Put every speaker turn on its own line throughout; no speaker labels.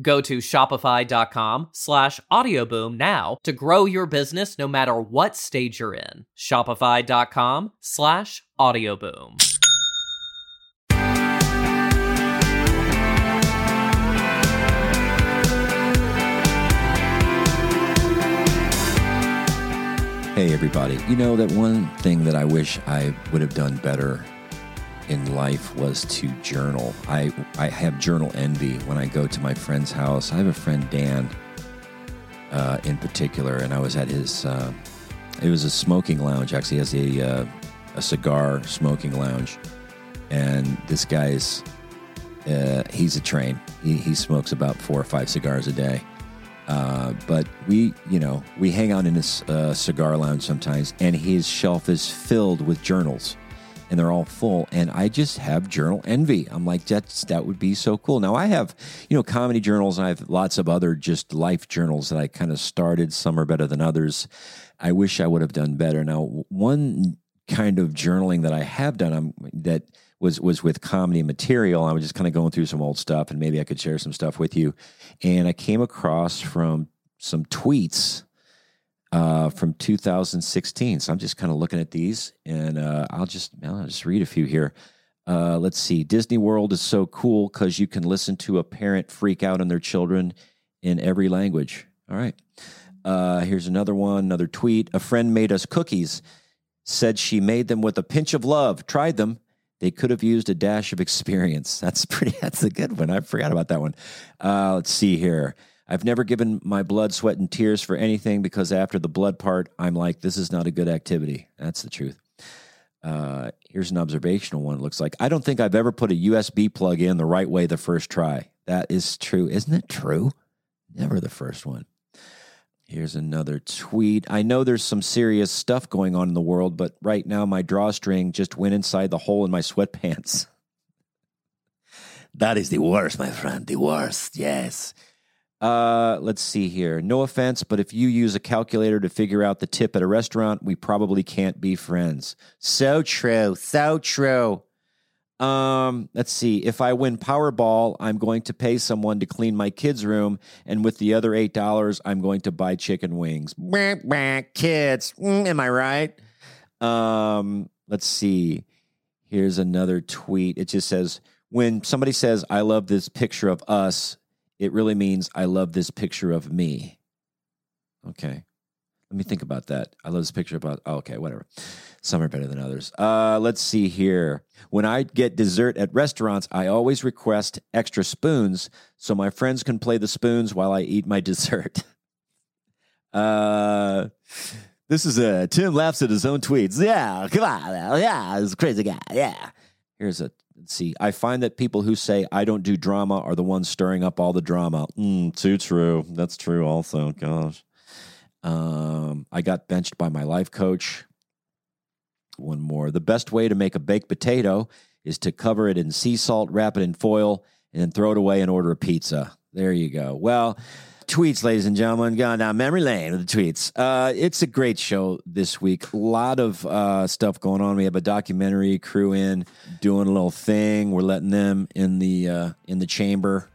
Go to shopify.com slash audioboom now to grow your business no matter what stage you're in. Shopify.com slash audioboom.
Hey, everybody. You know, that one thing that I wish I would have done better in life was to journal. I, I have journal envy when I go to my friend's house. I have a friend, Dan, uh, in particular, and I was at his, uh, it was a smoking lounge, actually. He has a, uh, a cigar smoking lounge. And this guy's, uh, he's a train. He, he smokes about four or five cigars a day. Uh, but we, you know, we hang out in his uh, cigar lounge sometimes, and his shelf is filled with journals, and they're all full. And I just have journal envy. I'm like, that's that would be so cool. Now I have, you know, comedy journals, and I have lots of other just life journals that I kind of started. Some are better than others. I wish I would have done better. Now, w- one kind of journaling that I have done um, that was was with comedy material. I was just kind of going through some old stuff, and maybe I could share some stuff with you. And I came across from some tweets uh, from 2016. So I'm just kind of looking at these, and uh, I'll just I'll just read a few here. Uh, let's see. Disney World is so cool because you can listen to a parent freak out on their children in every language. All right. Uh, here's another one, another tweet. A friend made us cookies said she made them with a pinch of love, tried them. They could have used a dash of experience. That's pretty, that's a good one. I forgot about that one. Uh, let's see here. I've never given my blood, sweat, and tears for anything because after the blood part, I'm like, this is not a good activity. That's the truth. Uh, here's an observational one. It looks like I don't think I've ever put a USB plug in the right way the first try. That is true. Isn't it true? Never the first one. Here's another tweet. I know there's some serious stuff going on in the world, but right now my drawstring just went inside the hole in my sweatpants. that is the worst, my friend. The worst, yes. Uh, let's see here. No offense, but if you use a calculator to figure out the tip at a restaurant, we probably can't be friends. So true. So true. Um, let's see. If I win Powerball, I'm going to pay someone to clean my kids' room, and with the other eight dollars, I'm going to buy chicken wings. Wah, wah, kids, Mm, am I right? Um, let's see. Here's another tweet. It just says, "When somebody says I love this picture of us, it really means I love this picture of me." Okay. Let me think about that. I love this picture about. Oh, okay, whatever. Some are better than others. Uh, let's see here. When I get dessert at restaurants, I always request extra spoons so my friends can play the spoons while I eat my dessert. Uh, this is a Tim laughs at his own tweets. Yeah, come on, now. yeah, this crazy guy. Yeah. Here's a let's see. I find that people who say I don't do drama are the ones stirring up all the drama. Mm, too true. That's true. Also, gosh. Um, I got benched by my life coach. One more. The best way to make a baked potato is to cover it in sea salt, wrap it in foil, and then throw it away and order a pizza. There you go. Well, tweets, ladies and gentlemen. Going down memory lane with the tweets. Uh, it's a great show this week. A lot of uh, stuff going on. We have a documentary crew in doing a little thing. We're letting them in the uh, in the chamber.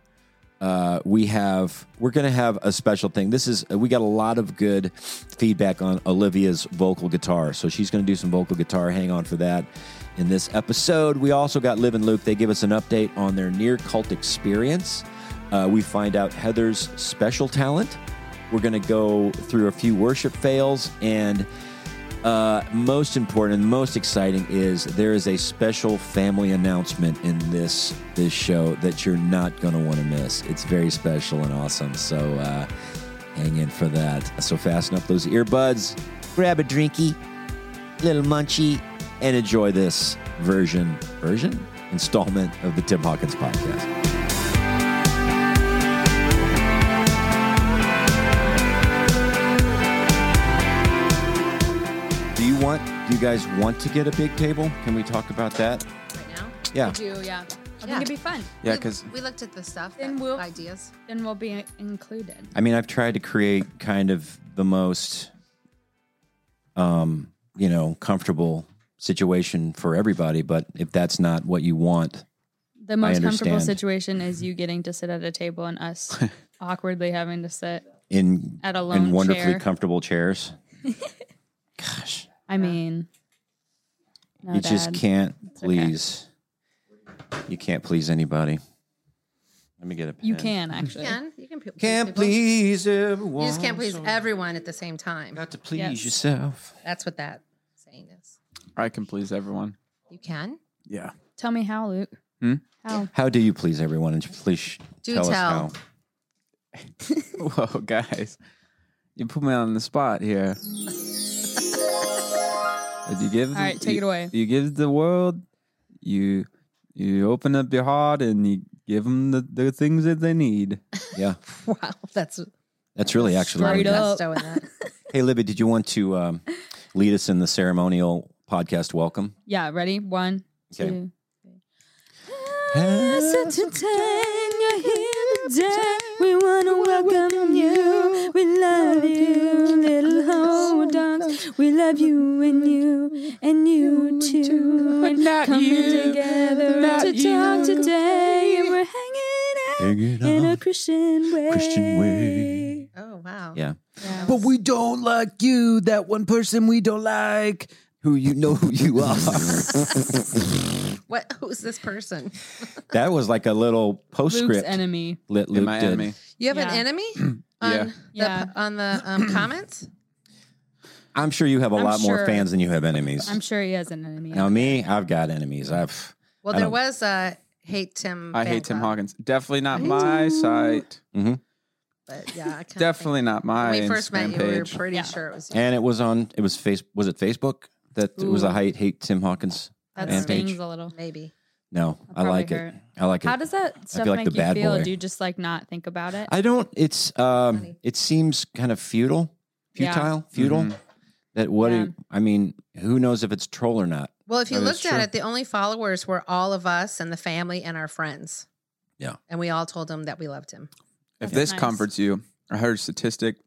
Uh, we have we're going to have a special thing. This is we got a lot of good feedback on Olivia's vocal guitar, so she's going to do some vocal guitar. Hang on for that. In this episode, we also got Liv and Luke. They give us an update on their near cult experience. Uh, we find out Heather's special talent. We're going to go through a few worship fails. And uh, most important and most exciting is there is a special family announcement in this this show that you're not going to want to miss. It's very special and awesome. So uh, hang in for that. So fasten up those earbuds, grab a drinky, little munchie, and enjoy this version, version, installment of the Tim Hawkins podcast. Do you want? Do you guys want to get a big table? Can we talk about that?
right now.
Yeah.
do, yeah. I think
Yeah.
it'd be fun.
Yeah,
We-
because
we looked at the stuff
Then
that-
we'll-
ideas.
Then we'll be included.
I mean, I've tried to create kind of the most, um, you know, comfortable situation for everybody. But if that's not what you want,
The most comfortable
understand.
situation is you getting to sit at a table and us awkwardly having to sit
in
at a
in
lone
wonderfully
chair.
comfortable chairs, gosh,
I mean, no,
you
Dad.
just can't
okay.
please. You can't please anybody. Let me get a pen.
You can actually.
You can. You can pe-
Can't
people.
please everyone.
You just can't please
so
everyone at the same time.
Got to please
Yes.
yourself.
That's what that saying is.
I can please everyone.
You can.
Yeah.
Tell me how, Luke.
Hmm?
How?
How do you please everyone? And please sh-
Do
tell,
tell.
us how.
Whoa, guys. You put me on the spot here. But you give
All right, take
you-
it away.
You give the world you you open up your heart and you give them the, the things that they need.
Yeah,
Wow, that's
that's really actually. what
Straight
it is.
up.
Manifesto in that.
Hey, Libby, did you want to um, lead us in the ceremonial podcast welcome?
Yeah, ready? One,
Okay.
two.
We wanna welcome you. We love you, little hold We love you and you and you too. And coming together to talk today. And we're hanging out in a Christian way.
Christian way.
Oh wow.
Yeah.
Yeah.
But we don't like you, that one person we don't like.
Who you know who you are.
What? Who's this person?
that was like a little
Luke's
postscript.
enemy.
Lit Luke
my
did.
enemy.
You have an
Yeah.
enemy on
Yeah.
the
Yeah.
on the um, comments.
I'm sure you have a
I'm
lot more
sure.
fans than you have enemies.
I'm sure he has an enemy.
now me, I've got enemies. I've
Well,
I
there
don't-
was a hate Tim.
I
Mm, fan
hate Tim
club,
Hawkins. Definitely not
Me
my site.
Mm-hmm.
But yeah, I kinda think-
Definitely not my
When we first met
Instagram
you, we were
page.
pretty
Yeah.
sure it was. you.
and it was on. It was face. Was it Facebook that it was a
Ooh.
hate hate Tim Hawkins?
That
Man
stings
page.
a little.
Maybe.
No, I
probably
like
hurt.
it. I like it.
How does that stuff
like the
make you
bad
feel?
boy.
Do you just like not think about it?
I don't. It's um.
Funny.
It seems kind of futile,
Yeah.
futile, futile.
Mhm.
That what?
Yeah.
do- I mean, who knows if it's troll or not?
Well, if you
That is
looked at
true.
it, the only followers were all of us and the family and our friends.
Yeah.
And we all told him that we loved him.
If
That's
this
nice.
comforts you, I heard a statistic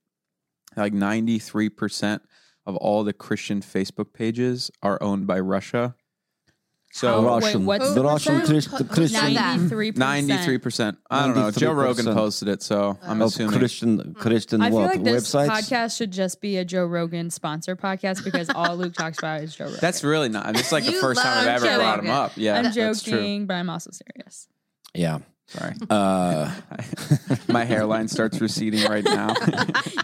like 93% of all the Christian Facebook pages are owned by Russia.
Oh,
So
How? wait, what's the
Russian
percent?
Christ-
Who's
Christian,
that? E
93%.
93%. I don't know. Joe Rogan
93%.
posted it, so I'm
Oh,
of
assuming.
Uh, Christian Christian
I feel
what
like this
websites?
podcast should just be a Joe Rogan sponsor podcast because all Luke talks about is Joe Rogan.
That's really not. It's like the
You
first time I've
love
ever
Joe
brought him
Rogan.
up. Yeah,
I'm
that's true.
joking, but I'm also serious.
Yeah.
Sorry.
Uh,
My hairline starts receding right now.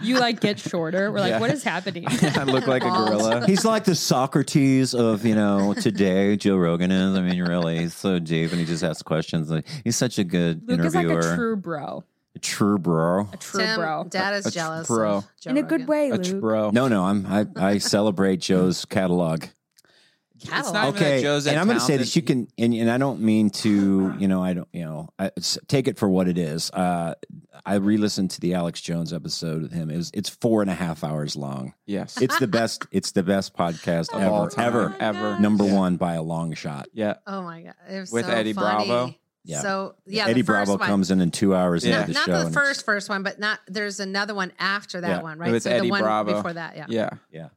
You like get shorter. We're like,
Yeah.
what is happening?
I look like a
Bald.
gorilla.
he's like the Socrates of you know today. Joe Rogan is. I mean, really, he's so deep, and he just asks questions. Like, he's such a good
Luke is like
interviewer.
a true bro.
True bro.
A true
Tim,
bro.
Dad is
A tr-
jealous.
bro.
of Joe
In a good
Rogan.
way,
A
Luke.
bro.
No, no, I'm I, I celebrate Joe's catalog.
Catalog.
not even- that
okay
Joe's that
and i'm going to say this
talented.
you can and, and i don't mean to you know i don't you know I, s- take it for what it is uh i re-listened to the alex jones episode with him it was, it's four and a half hours long
Yes.
it's the best it's the best podcast
Oh
Of all
ever
time.
ever
Ever.
number
Yeah.
one by a long shot
Yeah.
Oh my God. It was
With
so
Eddie
funny.
Bravo.
Yeah.
So yeah,
Eddie
the first
Bravo
one.
comes in in two hours
Yeah.
into
Not,
the
not
show.
the
and
first first one, but not there's another one after that
Yeah.
one,
No,
right?
it's
so
Eddie
the one
Bravo.
before that, yeah.
Yeah.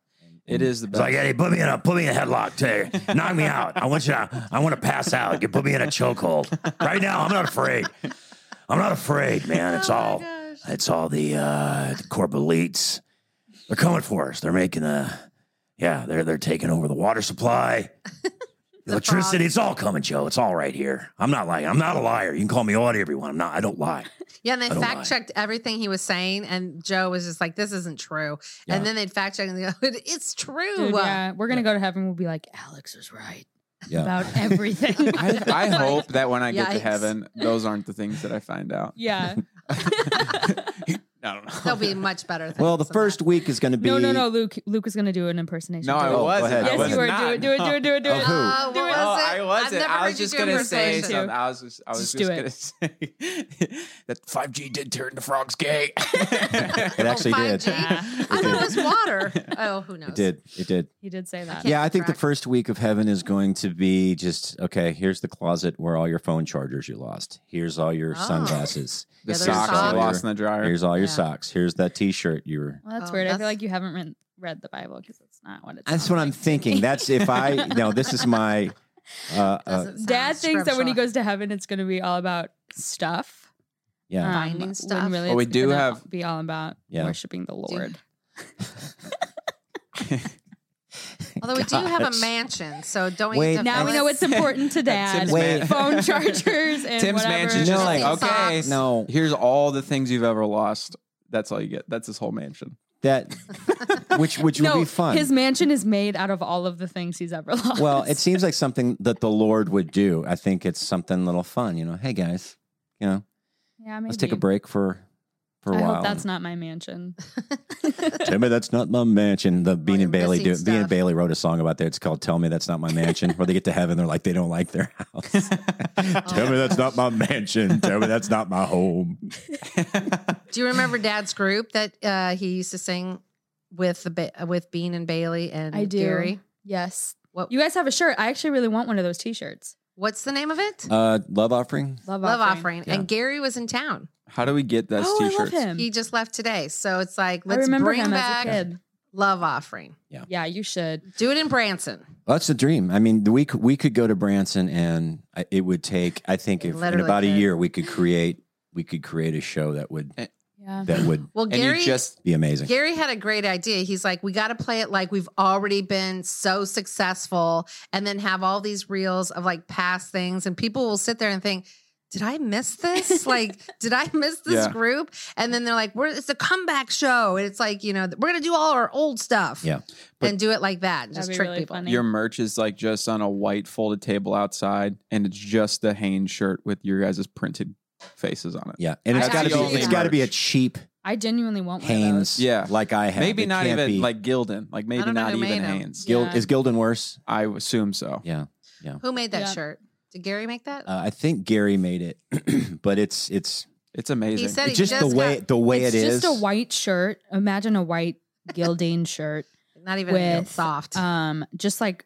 It
and
is the
It's
best.
like, Eddie, put me in a put me in a headlock, too. knock me out. I want you to. I want to pass out. You put me in a chokehold right now. I'm not afraid. I'm not afraid, man.
Oh
It's all. It's all the uh, the corp elites. They're coming for us. They're making a. Yeah, they're they're taking over the water supply,
The
electricity. It's all coming, Joe. It's all right here. I'm not lying. I'm not a liar. You can call me odd, everyone. I'm not. I don't lie.
Yeah, and they
I don't
fact checked everything he was saying, and Joe was just like, "This isn't true."
Yeah.
And then they fact checked, and they go, "It's true."
Dude, yeah, we're gonna go to heaven. We'll be like, Alex was right
Yeah.
about everything.
I, I hope that when I get to
Yikes.
heaven, those aren't the things that I find out.
yeah.
I don't know.
There'll be much better. Things
Well, the
than
first
that.
week is going to be
No, no, no. Luke, Luke is gonna do an impersonation.
No, I
Oh, go
wasn't.
ahead.
I
yes,
was
you were.
Not.
Do it, do it, do it, do it, do it.
Oh, Who?
Uh, what
Do it.
was
No,
it?
I wasn't.
I've never
I
heard
was
you
just
do
gonna say
impersonation.
something. I was just, I was
Just
just,
do
gonna say that
5G did turn the frogs gay.
It actually
Oh,
did.
5G? I thought it was water. Oh, who knows?
It did. It did.
He did say that.
can't
Yeah, I think the
track.
first week of heaven is going to be just okay. Here's the closet where all your phone chargers you lost. Here's all your
Oh.
sunglasses.
the
Yeah, there's
socks I
socks.
lost in the dryer.
Here's all your
Yeah.
socks. Here's that T-shirt you were.
Well, that's
Oh,
weird. I feel
that's-
like you haven't read, read the Bible because that's not what it's.
That's what I'm thinking. That's if I no. This is my. Uh, uh,
Doesn't sound
Dad thinks that when he
scriptural.
goes to heaven, it's gonna be all about stuff.
yeah,
um,
Finding
when
stuff.
Really
Well, we
it's
do
gonna
have-
be all about
Yeah.
worshiping the Lord.
Although we do have a
Gosh.
mansion, so don't
Wait,
you have
Now we
Alex-
know what's important to Dad.
Tim's
Wait.
man-
Phone chargers and
Tim's
whatever.
mansion's
No,
just
like-
like, okay.
Socks.
No,
Here's all the things you've ever lost. That's all you get. That's his whole mansion.
that which which
no,
would be fun.
His mansion is made out of all of the things he's ever lost.
well, it seems like something that the Lord would do. I think it's something little fun. You know, hey guys, you know,
yeah, maybe.
let's take a break for for a
I
while.
hope that's not my mansion.
Tell me that's not my mansion. The Bean
you're
and Bailey do.
missing
Bean and
stuff.
Bailey wrote a song about that. It's called "Tell Me That's Not My Mansion." Where they get to heaven, they're like they don't like their house. Tell me that's not my mansion. Tell me that's not my home.
Do you remember Dad's group that uh, he used to sing with the ba- with Bean and Bailey and
I do.
Gary?
Yes.
What-
You guys have a shirt. I actually really want one of those t-shirts.
What's the name of it?
Uh, love offering.
Love,
Love
offering.
offering.
Yeah.
And Gary was in town.
How do we get those
oh, I love
t-shirts?
him.
He just left today, so it's like
I
let's
remember
bring
him
back
as a kid.
love offering.
Yeah, you should.
Do it in Branson.
Well, that's the dream. I mean, we could, we could go to Branson, and I- it would take. I think if in
Literally
about a
could.
year we could create we could create a show that would
Yeah.
that would
Well,
Eh. And
Gary
you just
be amazing.
Gary had a great idea. He's like, we got to play it like we've already been so successful, and then have all these reels of like past things, and people will sit there and think. Did I miss this? Like, did I miss this
Yeah.
group? And then they're like, "We're it's a comeback show," and it's like, you know, we're gonna do all our old stuff,
Yeah.
But-
and do it like that, and
That'd
just
be
trick
really
people.
funny.
your merch is like just on a white folded table outside, and it's just the Hanes shirt with your guys' printed faces on it.
yeah, and it's
I
got to
actually
be it's got to be a
merch.
cheap
I genuinely want one of
Hanes.
those.
Yeah.
like I have.
Maybe
It
not
can't
even
be-
like Gildan. Like maybe
don't know
not
who made
even
'em.
Hanes.
Gil-
Yeah.
is Gildan worse.
I assume so.
Yeah.
Who made that
Yeah.
shirt? Did Gary make that?
Uh, I think Gary made it, but it's it's
It's amazing.
he said
it's
he
just the way
got-
the way
it's
it
just
is.
a white shirt. Imagine a white Gildane shirt.
not even
with,
soft.
Um, just like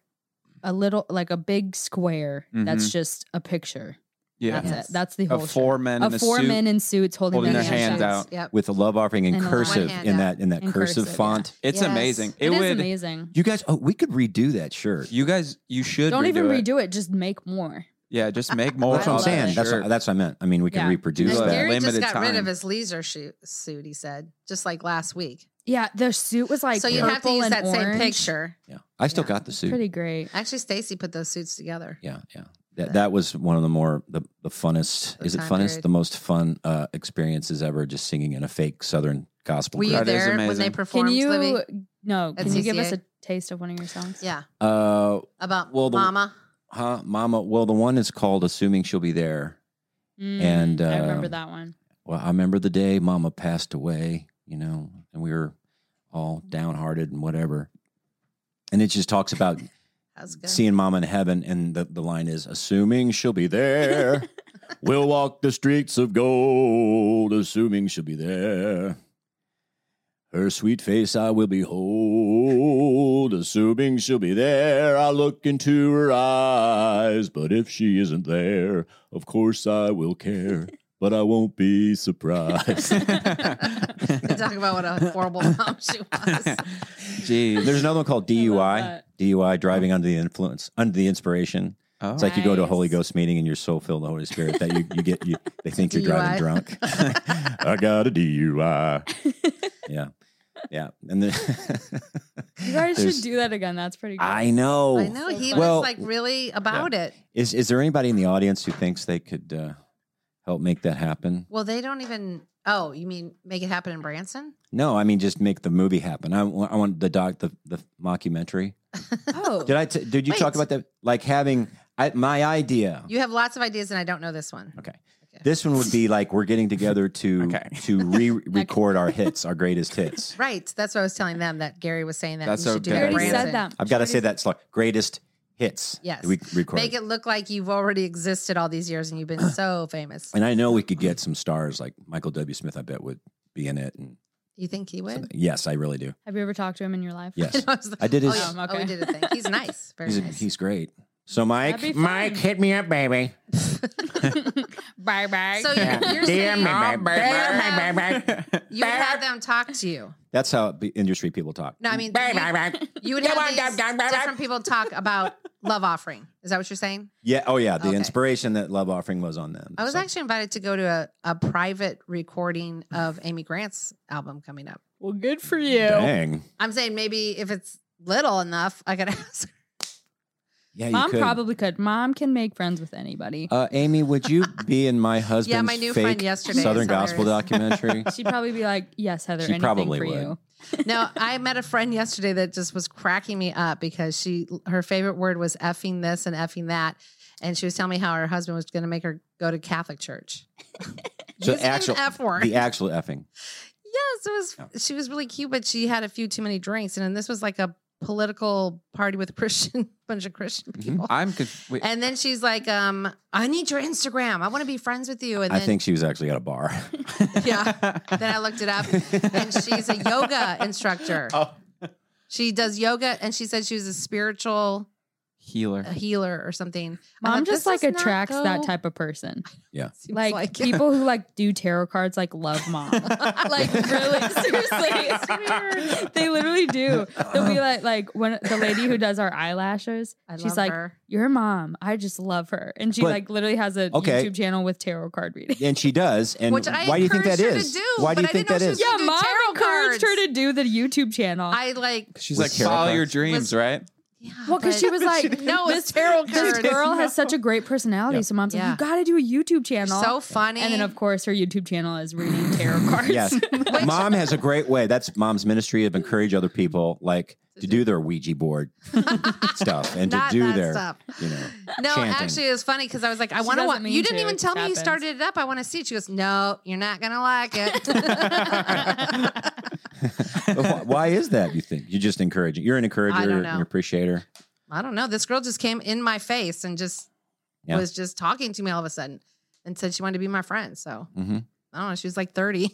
a little, like a big square that's just a picture.
Mm-hmm. yeah.
That's
Yes.
it. That's the whole.
Of four men
shirt.
in a
of four
suit.
men in suits holding,
holding
their,
their hands out.
Yep.
with a love offering and
And a
cursive
hand
in
out.
that in that
And
cursive,
cursive, yeah.
font.
It's
Yes.
amazing. It,
It is
would.
amazing.
You guys, oh, we could redo that shirt.
You guys, you should
Don't
redo
even
it.
redo it. Just make more.
Yeah, just make more.
that's what I'm
of that
saying. That's
shirt.
what, that's what I meant. I mean, we could
Yeah.
And
reproduce
do
then
that.
that.
Gary
Limited
just got rid
time.
of his leisure shoot, suit, he said, just like last week.
Yeah, the suit was like
so you
purple
have to use
and
that same
orange.
picture.
Yeah, I still
Yeah.
got the suit.
Pretty great.
Actually, Stacy put those suits together.
yeah, yeah. That, that was one of the more the, the funnest.
The
is it
time
funnest?
period.
The most fun uh, experiences ever. Just singing in a fake Southern gospel.
Were you
That
group.
is
there when they
amazing.
performed?
Can you
Libby?
no?
At
Can you give us
CCA?
a taste of one of your songs?
Yeah,
Uh,
about
Well, the-
Mama.
huh, Mama. Well, the one is called "Assuming She'll Be There."
Mm,
And,
I remember
um,
that one.
Well, I remember the day Mama passed away, you know, and we were all downhearted and whatever. And it just talks about
That was good.
seeing Mama in heaven, and the, the line is, assuming she'll be there. we'll walk the streets of gold, assuming she'll be there. Her sweet face I will behold, assuming she'll be there. I look into her
eyes, but if she isn't there, of course I will care, but I won't be surprised.
They talk about what a horrible mom she was.
Jeez.
There's another one called DUI.
that.
DUI, driving under the influence, under the inspiration.
Oh.
It's like you go to a Holy
Nice.
Ghost meeting and you're so filled with the Holy Spirit that you, you get you they think you're driving
DUI.
drunk.
I got a DUI.
Yeah. Yeah. And then
You guys
there's-
should do that again. That's pretty good.
I know.
I know he
Well-
was like really about it.
Is is there anybody in the audience who thinks they could uh, help make that happen?
Well, they don't even. Oh, you mean make it happen in Branson?
No, I mean just make the movie happen. I, wa- I want the doc the the mockumentary.
Oh,
Did I t- did you
Wait.
talk about that? Like having I, my idea.
You have lots of ideas, and I don't know this one.
Okay.
Okay.
This one would be like we're getting together to
Okay.
to re-record our hits, our greatest hits.
Right. That's what I was telling them that Gary was saying that
That's
you
a
should do
good
I
it in
already
idea.
Branson.
said that.
I've got to say that slow. Greatest hits.
Yes.
that We record.
Make it look like you've already existed all these years and you've been so famous.
and I know we could get some stars like Michael W. Smith. I bet would be in it. And
You think he would?
yes, I really do.
Have you ever talked to him in your life?
Yes,
I was like,
I did
oh,
his.
yeah.
Um,
Oh, we
okay.
did a thing. He's nice. Very
He's,
nice.
he's great. So Mike,
That'd be
Mike,
fun.
hit me up, baby.
Bye bye.
so you're, you're
DM
saying
me, baby.
Bye,
bye, bye.
you would have them talk to you.
that's how the industry people talk.
No, I mean,
Bye,
you-
bye, bye.
you would
Come on,
have these
dum, dum, dum, dum.
different people talk about love offering. Is that what you're saying?
Yeah. Oh yeah. The
Okay.
inspiration that Love Offering was on them.
I was
So-
actually invited to go to a, a private recording of Amy Grant's album coming up.
well, good for you.
dang.
I'm saying maybe if it's little enough, I could ask.
Yeah, you
Mom
could.
probably could. Mom can make friends with anybody.
Uh, Amy, would you be in my husband's
my new
fake
friend yesterday is
Southern Gospel
hilarious.
documentary?
She'd probably be like, "Yes, Heather,
She
anything
probably
for
would.
you."
No, I met a friend yesterday that just was cracking me up because she her favorite word was effing this and effing that. And she was telling me how her husband was going to make her go to Catholic church.
So
Using an
actual-
F word.
the actual effing.
Yes, it was. She was really cute, but she had a few too many drinks, and then this was like a political party with Christian bunch of Christian
Mm-hmm.
people.
I'm conf- wait,
and then she's like, um, "I need your Instagram. I want to be friends with you." And
I
then,
think she was actually at a bar.
yeah. Then I looked it up, and she's a yoga instructor.
Oh.
She does yoga, and she said she was a spiritual
healer.
a healer or something. I
Mom
thought,
just
Uh, this does
like
not
attracts that
go-
type of person.
seems
Like, people who like do tarot cards like love mom. like really seriously, it's weird. They literally do. They'll be like like when the lady who does our eyelashes,
I
she's
love
like
her.
your mom. I just love her, and she
But-
like literally has a
Okay.
YouTube channel with tarot card reading.
and she does. And
Which I
why do you think that
encouraged her to
is?
do,
why do
but
you
I
think
didn't
that
know
is?
she was
Yeah,
do
mom
tarot
encouraged her
cards.
to do the YouTube channel.
I like.
She's
With
like,
tarot
follow your
cards?
dreams,
Was-
right?
Yeah,
well, because
but-
she was like,
No,
this
it's tarot
This
cards.
girl has such a great personality, so mom's like,
Yeah.
you got to do a YouTube
You're
channel.
so funny.
and then of course her YouTube channel is reading tarot cards.
Yes. Mom has a great way. That's mom's ministry of encourage other people like to do their Ouija board stuff and to
Not
do
that
their
stuff.
you know
No,
chanting.
actually, it was funny because I was like, I
She
want to
doesn't
watch. You
mean
didn't
to.
even
It
tell me you
happens.
started it up. I want to see it. She goes, No, you're not gonna like it.
But why, why is that? You think you're just encouraging? You're an encourager,
I don't
an
know.
appreciator.
I don't know. This girl just came in my face and just
Yeah.
was just talking to me all of a sudden and said she wanted to be my friend. So
Mhm.
I don't know. She was like 30.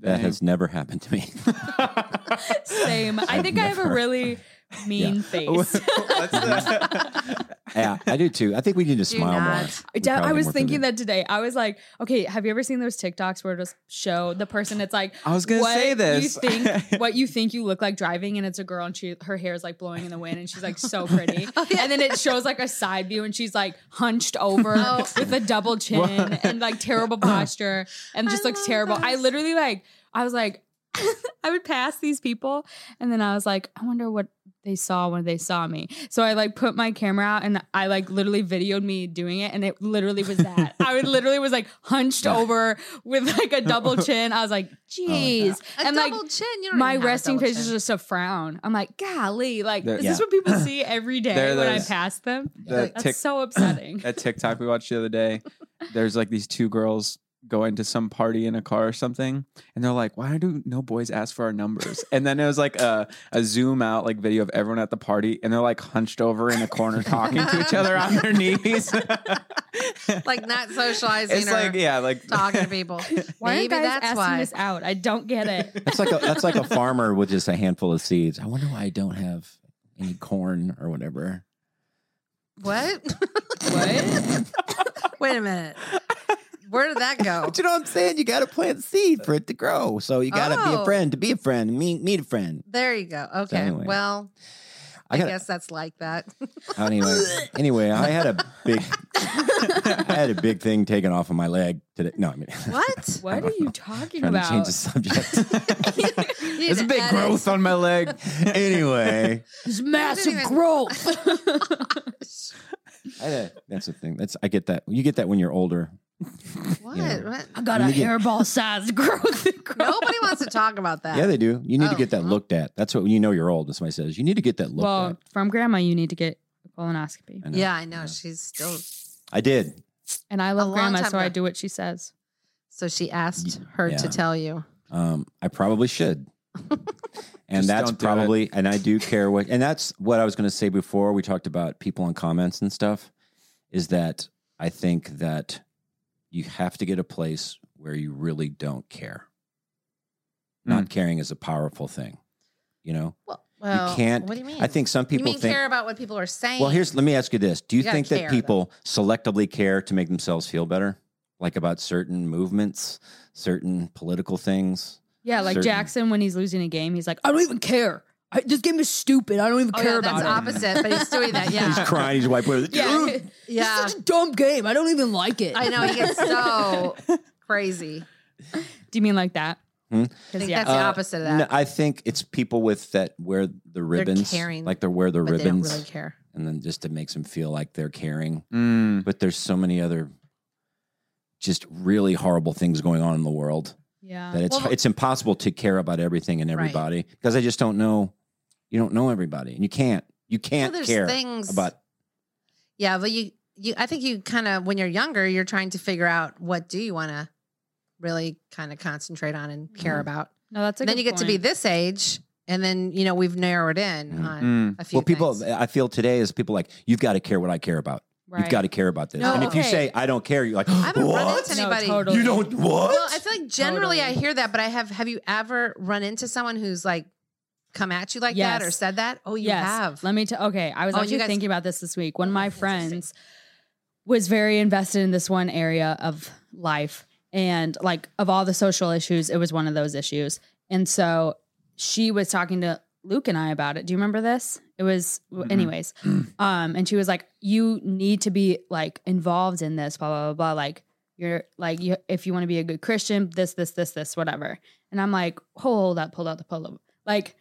That
Dang.
has never happened to me.
Same. I think I have a
never-
really mean face.
yeah, I do too. I think we need to smile more.
not.
We
Da-
probably
I
need
was
more
thinking
people.
that today. I was like, okay, have you ever seen those TikToks where it just show the person? It's like,
I was gonna
what
say this.
You think, what you think you look like driving, and it's a girl, and she her hair is like blowing in the wind, and she's like so pretty.
Oh,
And then it shows like a side view, and she's like hunched over
Oh.
with a double chin and like terrible posture, and just
I
looks
love
terrible. I
those.
literally like, I was like, I would pass these people, and then I was like, I wonder what they saw when they saw me. So I like put my camera out and I like literally videoed me doing it and it literally was that. I would literally was like hunched over with like a double chin. I was like,
Oh
jeez.
A
and like
double chin. You don't
my
even have a
resting
double
face is
chin.
just a frown. I'm like, golly, like
There-
is this
Yeah.
what people see every day
There
when I
those-
pass them?
the
That's
tick-
so upsetting.
that TikTok we watched the other day. There's like these two girls going to some party in a car or something, and they're like, "Why do no boys ask for our numbers?" And then it was like a, a zoom out like video of everyone at the party, and they're like hunched over in a corner talking to each other on their knees.
like not socializing
it's
or
like yeah, like
talking to people.
Why are you
Maybe
guys
that's
asking
why.
this out? I don't get it.
That's like a that's like a farmer with just a handful of seeds. I wonder why I don't have any corn or whatever.
What?
What?
Wait a minute. Where did that go?
But you know what I'm saying? You got to plant seed for it to grow. So you got to be
Oh.
a friend to be a friend, meet, meet a friend.
There you go. Okay.
anyway,
well,
I
I,
got
guess that's like that.
anyway. anyway, I had a big, I had a big thing taken off of my leg today. No, I mean,
what?
What are you talking
trying
about?
to change the subject.
It's
There's a
uh,
big growth on my leg.
anyway,
It's
massive even-
growth.
I had a- that's the thing. That's I get that. You get that when you're older.
What?
Yeah.
What?
I got a hairball sized growth.
Nobody wants to talk about that.
Yeah, they do. You need
Oh,
to get that
well.
looked at. That's what you know you're old. When somebody says you need to get that looked
well,
at.
from grandma, you need to get a colonoscopy.
I know.
Yeah, I know. She's still.
I did.
And I
A
love
long
grandma,
time
so I
ago.
do what she says.
So she asked her
Yeah.
to tell you.
Um, I probably should. and
Just
that's
don't do it.
probably, and I do care what, and that's what I was going to say before we talked about people on comments and stuff is that I think that you have to get a place where you really don't care.
Hmm.
Not caring is a powerful thing, you know?
Well, well,
can't-
What do you mean?
I think some people
you mean
think.
care about what people are saying.
Well, here's let me ask you this: Do you,
You gotta
think
care,
that people selectively care to make themselves feel better, like about certain movements, certain political things?
Yeah, like
Certain-
Jackson when he's losing a game, he's like, I don't even care. I, this game is stupid. I don't even
oh,
care
yeah,
about
that's
it.
opposite, but he's doing that. Yeah.
He's crying. He's wiping. it.
Yeah,
yeah.
a dumb game. I don't even like it.
I know. He gets so crazy.
Do you mean like that?
Hmm? Uh,
'Cause
I think
yeah,
that's the opposite of that.
No, I think it's people with that wear the ribbons,
caring,
like they wear the
but
ribbons,
they don't really care.
and then just it makes them feel like they're caring.
Mm.
But there's so many other just really horrible things going on in the world
yeah.
that it's
Well,
it's impossible to care about everything and
Right.
everybody because I just don't know. You don't know everybody, and you can't. You can't
there's
care
things-
about
Yeah, but you, you, I think you kind of when you're younger, you're trying to figure out what do you want to really kind of concentrate on and
Mm-hmm.
care about.
No, that's a
And then
good
you get to be
point.
this age, and then you know we've narrowed in
Mhm.
on
Mm.
a few.
well, people.
things.
I feel today is people like you've got to care what I care about. You've
Right.
got to care about this.
No,
and if you
okay.
say I don't care, you're like,
I haven't run
What?
into anybody.
No, totally.
You don't what?
Um, Well, I feel like generally I
Totally.
hear that, but I have. Have you ever run into someone who's like come at you like that or
Yes.
said that? Oh, you
yes.
have.
Let me tell. Okay, I was
Oh, you
actually
guys- Oh,
thinking about this this week. One of my
that's interesting.
friends was very invested in this one area of life, and like of all the social issues, it was one of those issues. And so she was talking to Luke and I about it. Do you remember this? It was, w-
Mm-mm.
anyways. um, and she was like, "You need to be like involved in this, blah blah blah, blah. Like you're like you if you want to be a good Christian, this this this this whatever." And I'm like, "Hold up, hold up, the pull up." Like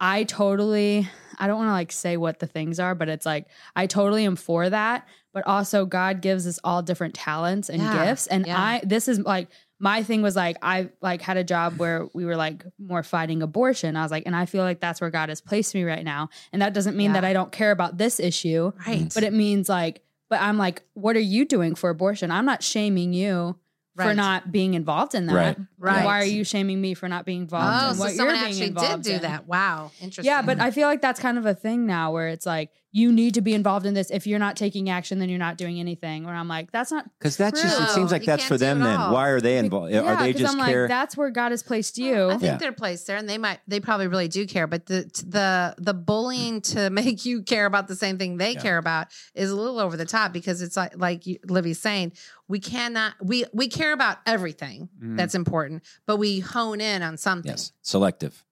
I totally, I don't want to like say what the things are, but it's like I totally am for that. But also, God gives us all different talents and
Yeah,
gifts, and
yeah.
I this is like my thing was like I like had a job where we were like more fighting abortion. I was like, and I feel like that's where God has placed me right now. And that doesn't mean
Yeah.
that I don't care about this issue,
Right.
but it means like, but I'm like, what are you doing for abortion? I'm not shaming you for
Right.
not being involved in that.
Right.
Right.
Why are you shaming me for not being involved?
Oh,
in
so
what you're
someone
being
actually did
involved
do
in?
that. Wow, interesting.
Yeah, but I feel like that's kind of a thing now where it's like you need to be involved in this. If you're not taking action, then you're not doing anything. Where I'm like, that's not
because that's just. It
True.
seems like
You
that's for
can't do
them.
it
Then
all.
why are they involved?
Yeah,
uh, are they
'cause
just
I'm
care?
like, that's where God has placed you.
I think
Yeah.
they're placed there, and they might they probably really do care. But the t- the the bullying to make you care about the same thing they
Yeah.
care about is a little over the top because it's like like you, Libby's saying we cannot we we care about everything
Mm.
that's important, but we hone in on something.
Mm-hmm. Yes, selective.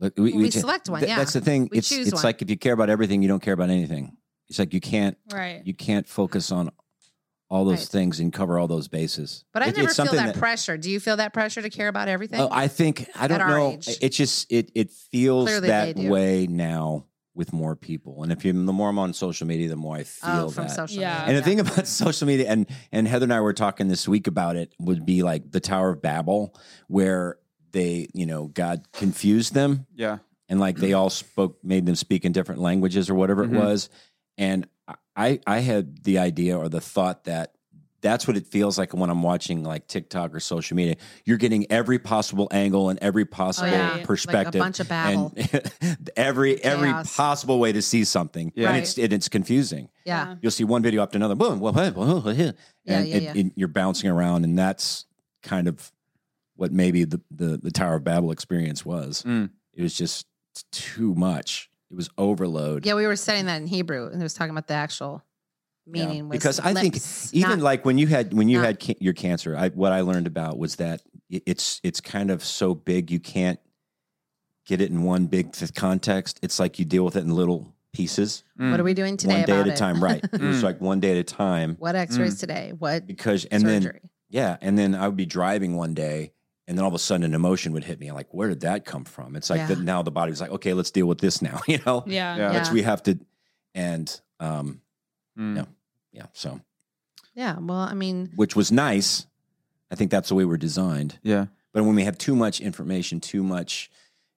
Look, we,
Well, we
ju-
select one, yeah.
That's the thing.
We
it's
choose
it's
one.
like if you care about everything, you don't care about anything. It's like you can't
right.
you can't focus on all those
Right.
things and cover all those bases.
But I
It-
never
it's
feel
something
that, pressure. Do you feel that pressure to care about everything?
Oh, I think I don't
our
know.
age.
It just it it feels
Clearly
that
they do.
way now with more people. And if you the more I'm on social media, the more I feel
Oh, from
that.
social
Yeah.
media.
and the thing about social media, and and Heather and I were talking this week about it, would be like the Tower of Babel, where they you know God confused them
Yeah.
and like they all spoke made them speak in different languages or whatever
Mhm.
it was and i i had the idea or the thought that that's what it feels like when i'm watching like tiktok or social media you're getting every possible angle and every possible
Oh, yeah. Like
perspective
a bunch of babble.
and every every
Chaos.
possible way to see something
Yeah.
and it's and it's confusing
yeah.
you'll see one video after another boom well, and
Yeah, yeah,
it-
yeah.
it- you're bouncing around and that's kind of what maybe the, the, the tower of babel experience was
Mm.
it was just too much it It was overload.
Yeah, we were saying that in Hebrew, and it was talking about the actual meaning. was
because I think
lips,
even
not-
like when you had when you
not-
had ca- your cancer I, what i learned about was that i- it's it's kind of so big you can't get it in one big th- context it's like you deal with it in little pieces
what are we doing today?
one day
about
at a
it?
time right it was like one day at a time
What X-rays today? What
Mm. because and then
surgery?
yeah and then i would be driving one day and then all of a sudden an emotion would hit me I'm like where did that come from it's like
Yeah.
that now the body was like okay let's deal with this now you know
Yeah.
Yeah.
which we have to and um
Mm.
Yeah. yeah so
yeah. Well, I mean,
which was nice. I think that's the way we're designed.
Yeah.
But when we have too much information, too much,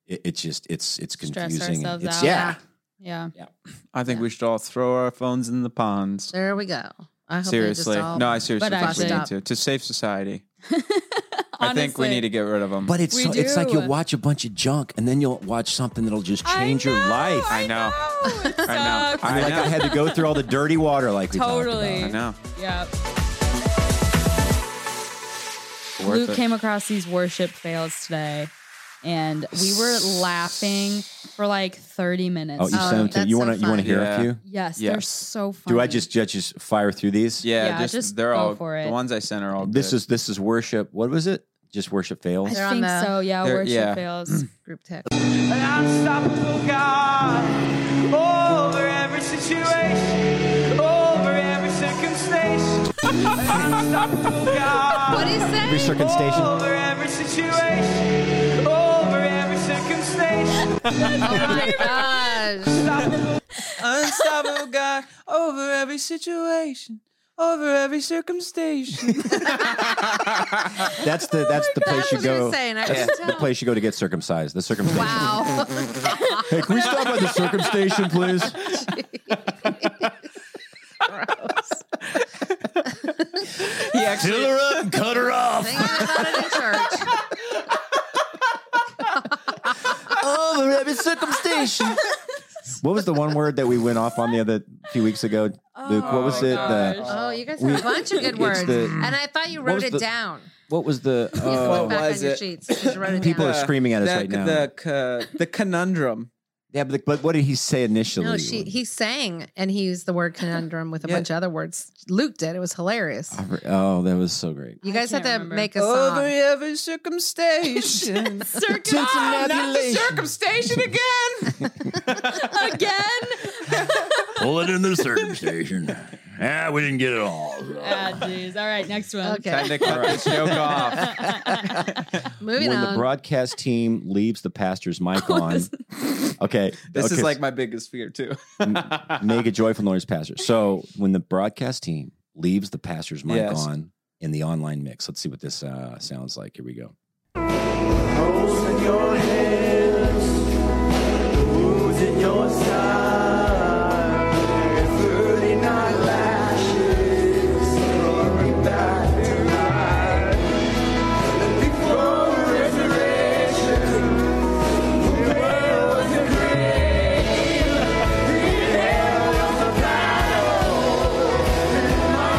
it, it's just it's it's
Stress
confusing.
ourselves
It's
out.
yeah.
Yeah.
I think
Yeah.
we should all throw our phones in the ponds.
there we go. I hope they just
Seriously.
all-
No, I seriously
But
think we
actually-
need to. To save society. I
Honestly.
think we need to get rid of them.
But it's
We
so, it's like
do.
you'll watch a bunch of junk and then you'll watch something that'll just
I
change your
know,
life.
I know.
know. It
I know.
sucks.
I feel like I had to go through all the dirty water like we talked
Totally.
I
about.
know.
Yeah.
Worth
Luke
it.
came across these worship fails today, and we were laughing for like 30 minutes.
Oh, you
Oh,
sent them
that's
to you
so
want to you want
fun.
to hear
Yeah.
a few?
yes,
Yeah.
they're so funny.
Do I just judges fire through these?
Yeah,
Yeah,
just,
just
they're
go
all
for it.
the ones I sent are all.
This
good.
is this is worship. What was it? Just worship
I
fails.
They're on
think
the-
so. Yeah,
They're-
worship
yeah.
fails.
Mm.
group text.
an unstoppable God over every situation, over every circumstance. An unstoppable God
What is that?
Every circum station.
over every situation, over every circumstance.
Oh my gosh.
Unstoppable God over every situation, over every circumstance.
That's the that's
Oh
the place
That's
you
what you're
go.
saying. I
That's
can
the
tell.
place you go to get circumcised. The circumcision.
Wow.
Hey, can we stop by the circumstation, please?
he actually.
her up, cut her off.
Thank God about it in church.
Oh, the rabbit circumstation. What was the one word that we went off on the other few weeks ago, Luke? What was
Oh my
it? The,
gosh.
Oh, you guys
We-
have a bunch of good
it's
words.
the-
and I thought you
What
wrote
was
it
the-
down.
what was the?
You
uh,
put it
what
back
was
on your
it?
sheets. 'cause You wrote it
People
down.
are screaming at us
the,
right now.
The, ca- the conundrum.
yeah, but, but what did he say initially?
No, she he sang and he used the word conundrum with a
Yeah.
bunch of other words. Luke did. It was hilarious.
oh, that was so great.
You
I
guys have
can't
to
remember.
make a
Oh,
song.
Over every circumstation.
Not the
circumstation again.
Again?
Pull it in the circumstation. yeah, we didn't get it all.
Ah, jeez. All right, next one.
Time
Okay,
to cut this joke off.
moving
when the
on.
broadcast team leaves the pastor's mic
Oh,
on. Okay,
This
okay,
is like my biggest fear too.
make a joyful noise, pastor. So when the broadcast team leaves the pastor's mic
Yes.
on in the online mix, let's see what this uh, sounds like. Here we go.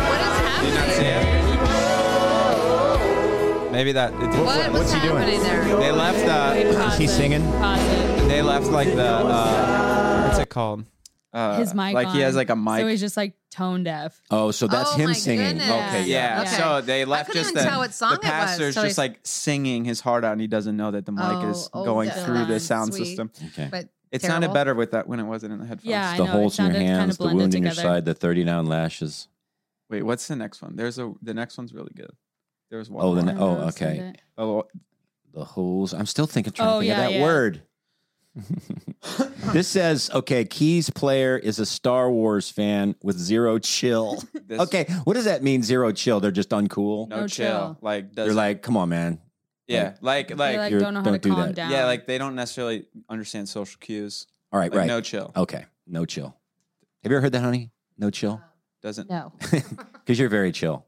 what is happening?
Maybe that. It did-
What was happening there?
They left uh, the.
Pause
Is he
it.
singing?
Pause it.
They left like the. Uh, what's it called? Uh,
His mic.
Like he
on.
has like a mic.
So he's just like tone deaf.
Oh, so that's
Oh, my
him singing.
goodness.
Okay, yeah.
yeah.
Okay.
So they left
couldn't
just
even
the,
tell what song
the
it was,
pastor's
so
just
I-
like singing his heart out, and he doesn't know that the mic is
Oh, oh,
going
yeah.
through the sound
Sweet.
system.
Okay.
But
It sounded
Terrible.
better with that when it wasn't in the headphones.
Yeah, I
the
know. it
holes in your
sounded kind
hands,
of
the
blended
wound in
together.
your side, the 39 lashes.
Wait, what's the next one? There's a the next one's really good. There was one.
Oh, the
more.
ne- Oh, okay.
oh,
The holes. I'm still thinking, trying
Oh,
to think
yeah,
of that
yeah.
word. this says, okay, Keys player is a Star Wars fan with zero chill.
this,
okay, what does that mean, zero chill? They're just uncool?
No,
No
chill.
chill.
Like does
You're like, come on, man.
yeah, like
They,
like,
like
you're-
don't know how
don't
to
do
calm
that.
down.
yeah, like they don't necessarily understand social cues.
All right,
Like
right.
no chill.
Okay, no chill. Have you ever heard that, honey? No chill,
Doesn't
no.
because you're very chill.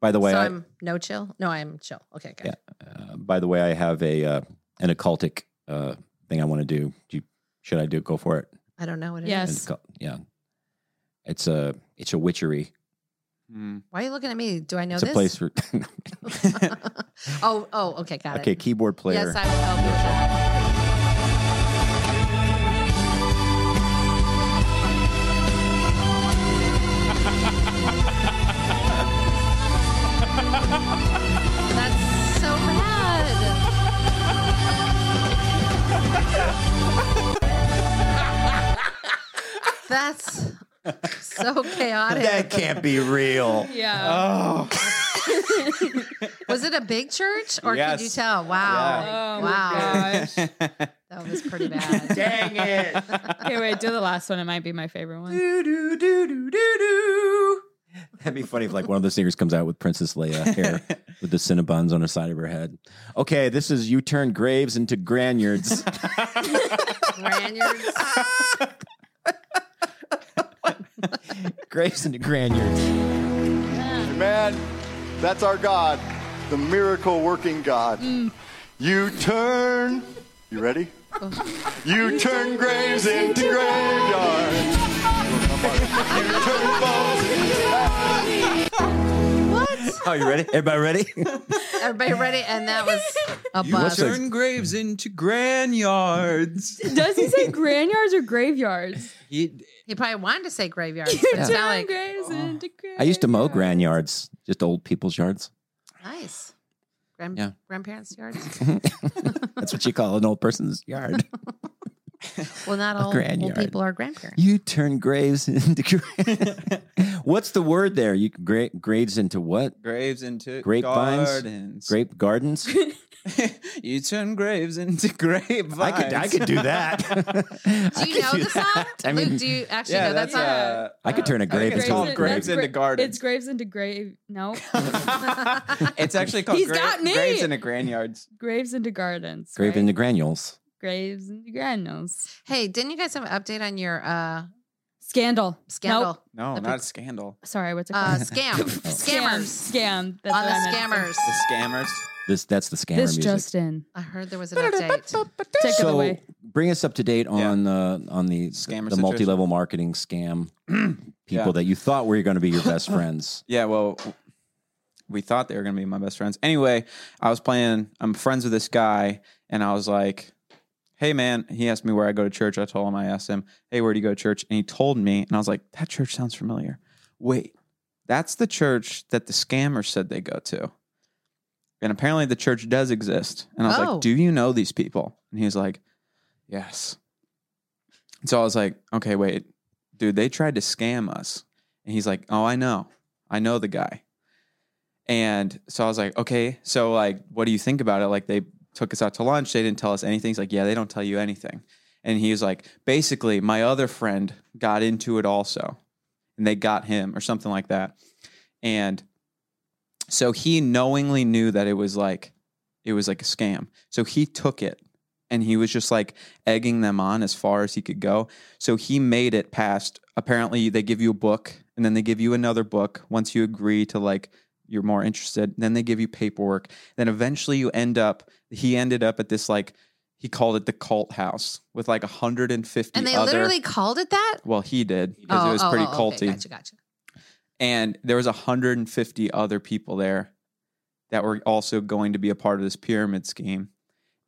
By the way,
So
I,
I'm no chill. No, I'm chill. Okay, good.
Yeah. uh, by the way, I have a uh, an occultic uh, thing I want to do. do you, should I do? it? Go for it.
I don't know what it is.
Yes.
An occult- yeah, it's a it's a witchery.
Hmm.
Why are you looking at me? Do I know
it's
this?
a place for
oh, oh, okay, got
okay
it.
keyboard player.
Yes, I will help you. oh, chaotic.
That can't be real.
Yeah.
Oh,
Was it a big church or could you
Yes.
tell? Wow.
Yeah. Oh my
wow.
gosh.
That was pretty bad.
Dang it.
Okay, wait, do the last one. It might be my favorite one.
do, do, do, do, do, do.
That'd be funny if like one of the singers comes out with Princess Leia hair with the Cinnabons on the side of her head. Okay, this is you turn graves into granyards.
Lanyards.
graves into granyards.
Man, that's our God, the miracle working God. You turn, you ready? You turn graves into graveyards. You turn bones
Oh, you ready? Everybody ready?
Everybody ready? And that was a
You must
bust.
have-
turn graves into grannyards.
Does he say grannyards or graveyards?
He-
He probably wanted to say graveyards, but it's not like
Graves
Oh.
into
I used to mow
graveyards.
granyards, just old people's yards.
nice. Grand-
Yeah.
Grandparents' yard.
That's what you call an old person's yard.
Well, not all old
grannyard.
people are grandparents.
You turn graves into gra- What's the word there? You gra- graves into what?
graves into
Grapevines?
gardens.
Grape gardens?
you turn graves into grapevines.
I could I could do that.
Do you know the song?
I mean,
Luke, do you actually
Yeah,
know that
that's
song?
uh,
I could turn a
I think
grave
it's
into
called
a grave.
graves into gardens.
It's graves into grave. No,
it's actually called
He's
gra-
got me.
Graves into Granyards.
graves into gardens.
Grave
right?
into granules.
graves into granules.
Hey, didn't you guys have an update on your uh,
Scandal.
scandal?
Nope.
No,
The
not
big-
scandal.
Sorry, what's it
Uh,
called?
scam. Scammers.
Scam. That's
On
what
the
I meant to say.
uh, scammers.
The scammers.
This that's the scammer
This
music.
Justin.
I heard there was an update.
Take it
so
away.
bring us up to date on the on the
Scammer
the
situation.
multi level marketing scam people
Yeah.
that you thought were going to be your best friends.
Yeah, well, we thought they were going to be my best friends. Anyway, I was playing, I'm friends with this guy, and I was like, hey, man, he asked me where I go to church. I told him, I asked him, hey, where do you go to church? And he told me, and I was like, that church sounds familiar. Wait, that's the church that the scammers said they go to. And apparently the church does exist. And I was
Oh.
like, do you know these people? And he was like, yes. And so I was like, okay, wait, dude, they tried to scam us. And he's like, oh, I know. I know the guy. And so I was like, okay, so like, what do you think about it? Like, they took us out to lunch. They didn't tell us anything. He's like, yeah, they don't tell you anything. And he was like, basically, my other friend got into it also, and they got him or something like that. And so he knowingly knew that it was like, it was like a scam. So he took it and he was just like egging them on as far as he could go. So he made it past. Apparently, they give you a book, and then they give you another book once you agree to like you're more interested. Then they give you paperwork. Then eventually, you end up. He ended up at this like he called it the cult house with like 150
And they
other.
literally called it that? Oh,
well, he did because it was pretty culty
Okay, gotcha, gotcha.
and there was 150 other people there that were also going to be a part of this pyramid scheme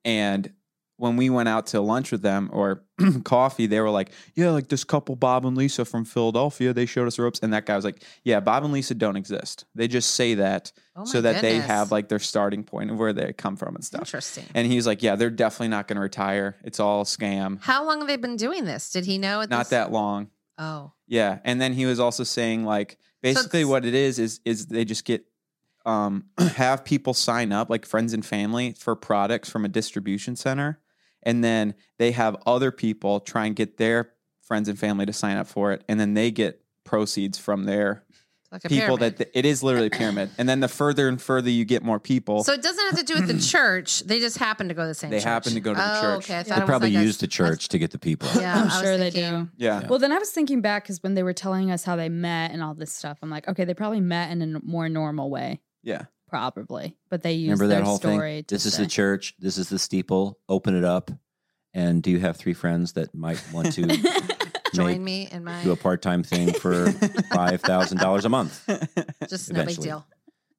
and when we went out to lunch with them or coffee they were like yeah like this couple bob and lisa from philadelphia they showed us the ropes and that guy was like yeah bob and lisa don't exist they just say that
Oh my
so that they
goodness.
have like their starting point of where they come from and stuff
Interesting.
and he's like yeah they're definitely not going to retire it's all a scam
How long have they been doing this? Did he know? At
not
this?
that long
Oh,
yeah, and then he was also saying like basically
it's-
what it is is is they just get um have people sign up like friends and family for products from a distribution center and then they have other people try and get their friends and family to sign up for it and then they get proceeds from their
like a
people
pyramid.
that th- it is literally a pyramid and then the further and further you get more people
so it doesn't have to do with the church. They just happen to go to the same.
They
church.
happen to go to the
oh,
church.
Okay, I thought
They
it
probably
was like
use the church to get the people.
A, yeah,
I'm
I was
sure they
thinking-
do.
yeah
Well, then I was thinking back because when they were telling us how they met and all this stuff, I'm like, okay, they probably met in a n- more normal way,
yeah
probably. But they used
Remember
their
that whole
story.
thing?
To
This is
say-
the church. This is the steeple. Open it up. And do you have three friends that might want to make,
Join me in my
do a part time thing for five thousand dollars a month?
just no big
eventually.
deal.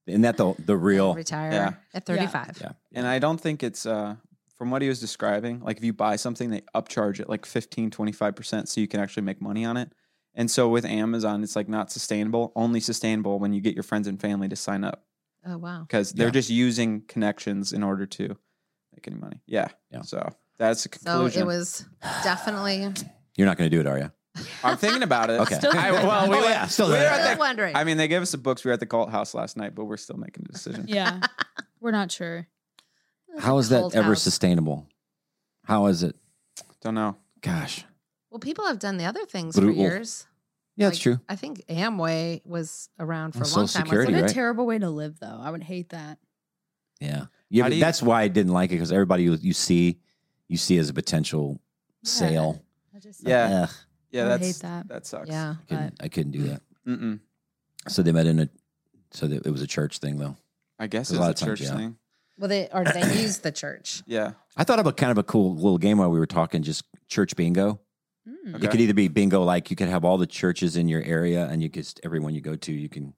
Isn't that the the real?
retire
Yeah.
at 35.
Yeah.
and i don't think it's uh from what he was describing like if you buy something they upcharge it like 15 25% so you can actually make money on it and so with amazon it's like not sustainable only sustainable when you get your friends and family to sign up
Oh wow.
because they're
Yeah.
just using connections in order to make any money yeah,
Yeah.
so that's the
So
conclusion
it was definitely
You're not going to do it, are you?
I'm thinking about it.
Okay. Still
I, well, we
Oh,
were-
yeah, still
we were
there.
at
Still
the-
wondering.
I mean, they gave us the books. We were at the Galt House last night, but we're still making a decision.
Yeah. We're not sure.
How is that
Cold
ever
house.
sustainable? How is it?
Don't know.
Gosh.
Well, people have done the other things for
Brutal.
years.
Yeah, it's
Like,
true.
I think Amway was around for a
Well,
long
Social
time.
Security,
wasn't
What a
right?
terrible way to live, though. I would hate that.
Yeah. Yeah,
How do
but
you-
that's why I didn't like it because everybody you, you see, you see as a potential
Yeah.
sale.
I just
Yeah.
Ugh,
Yeah,
I would
that's
hate that.
sucks.
it? Yeah.
I couldn't, I couldn't do that.
Mm-mm.
So they met in a, so that it was a church thing though.
I guess
A
it's
lot
a,
of times,
church
yeah.
thing.
Well, they or they use the church.
Yeah.
I thought of a kind of a cool little game while we were talking, just church bingo.
Mm.
Okay.
It could either be bingo, like you could have all the churches in your area, and you just everyone you go to, you can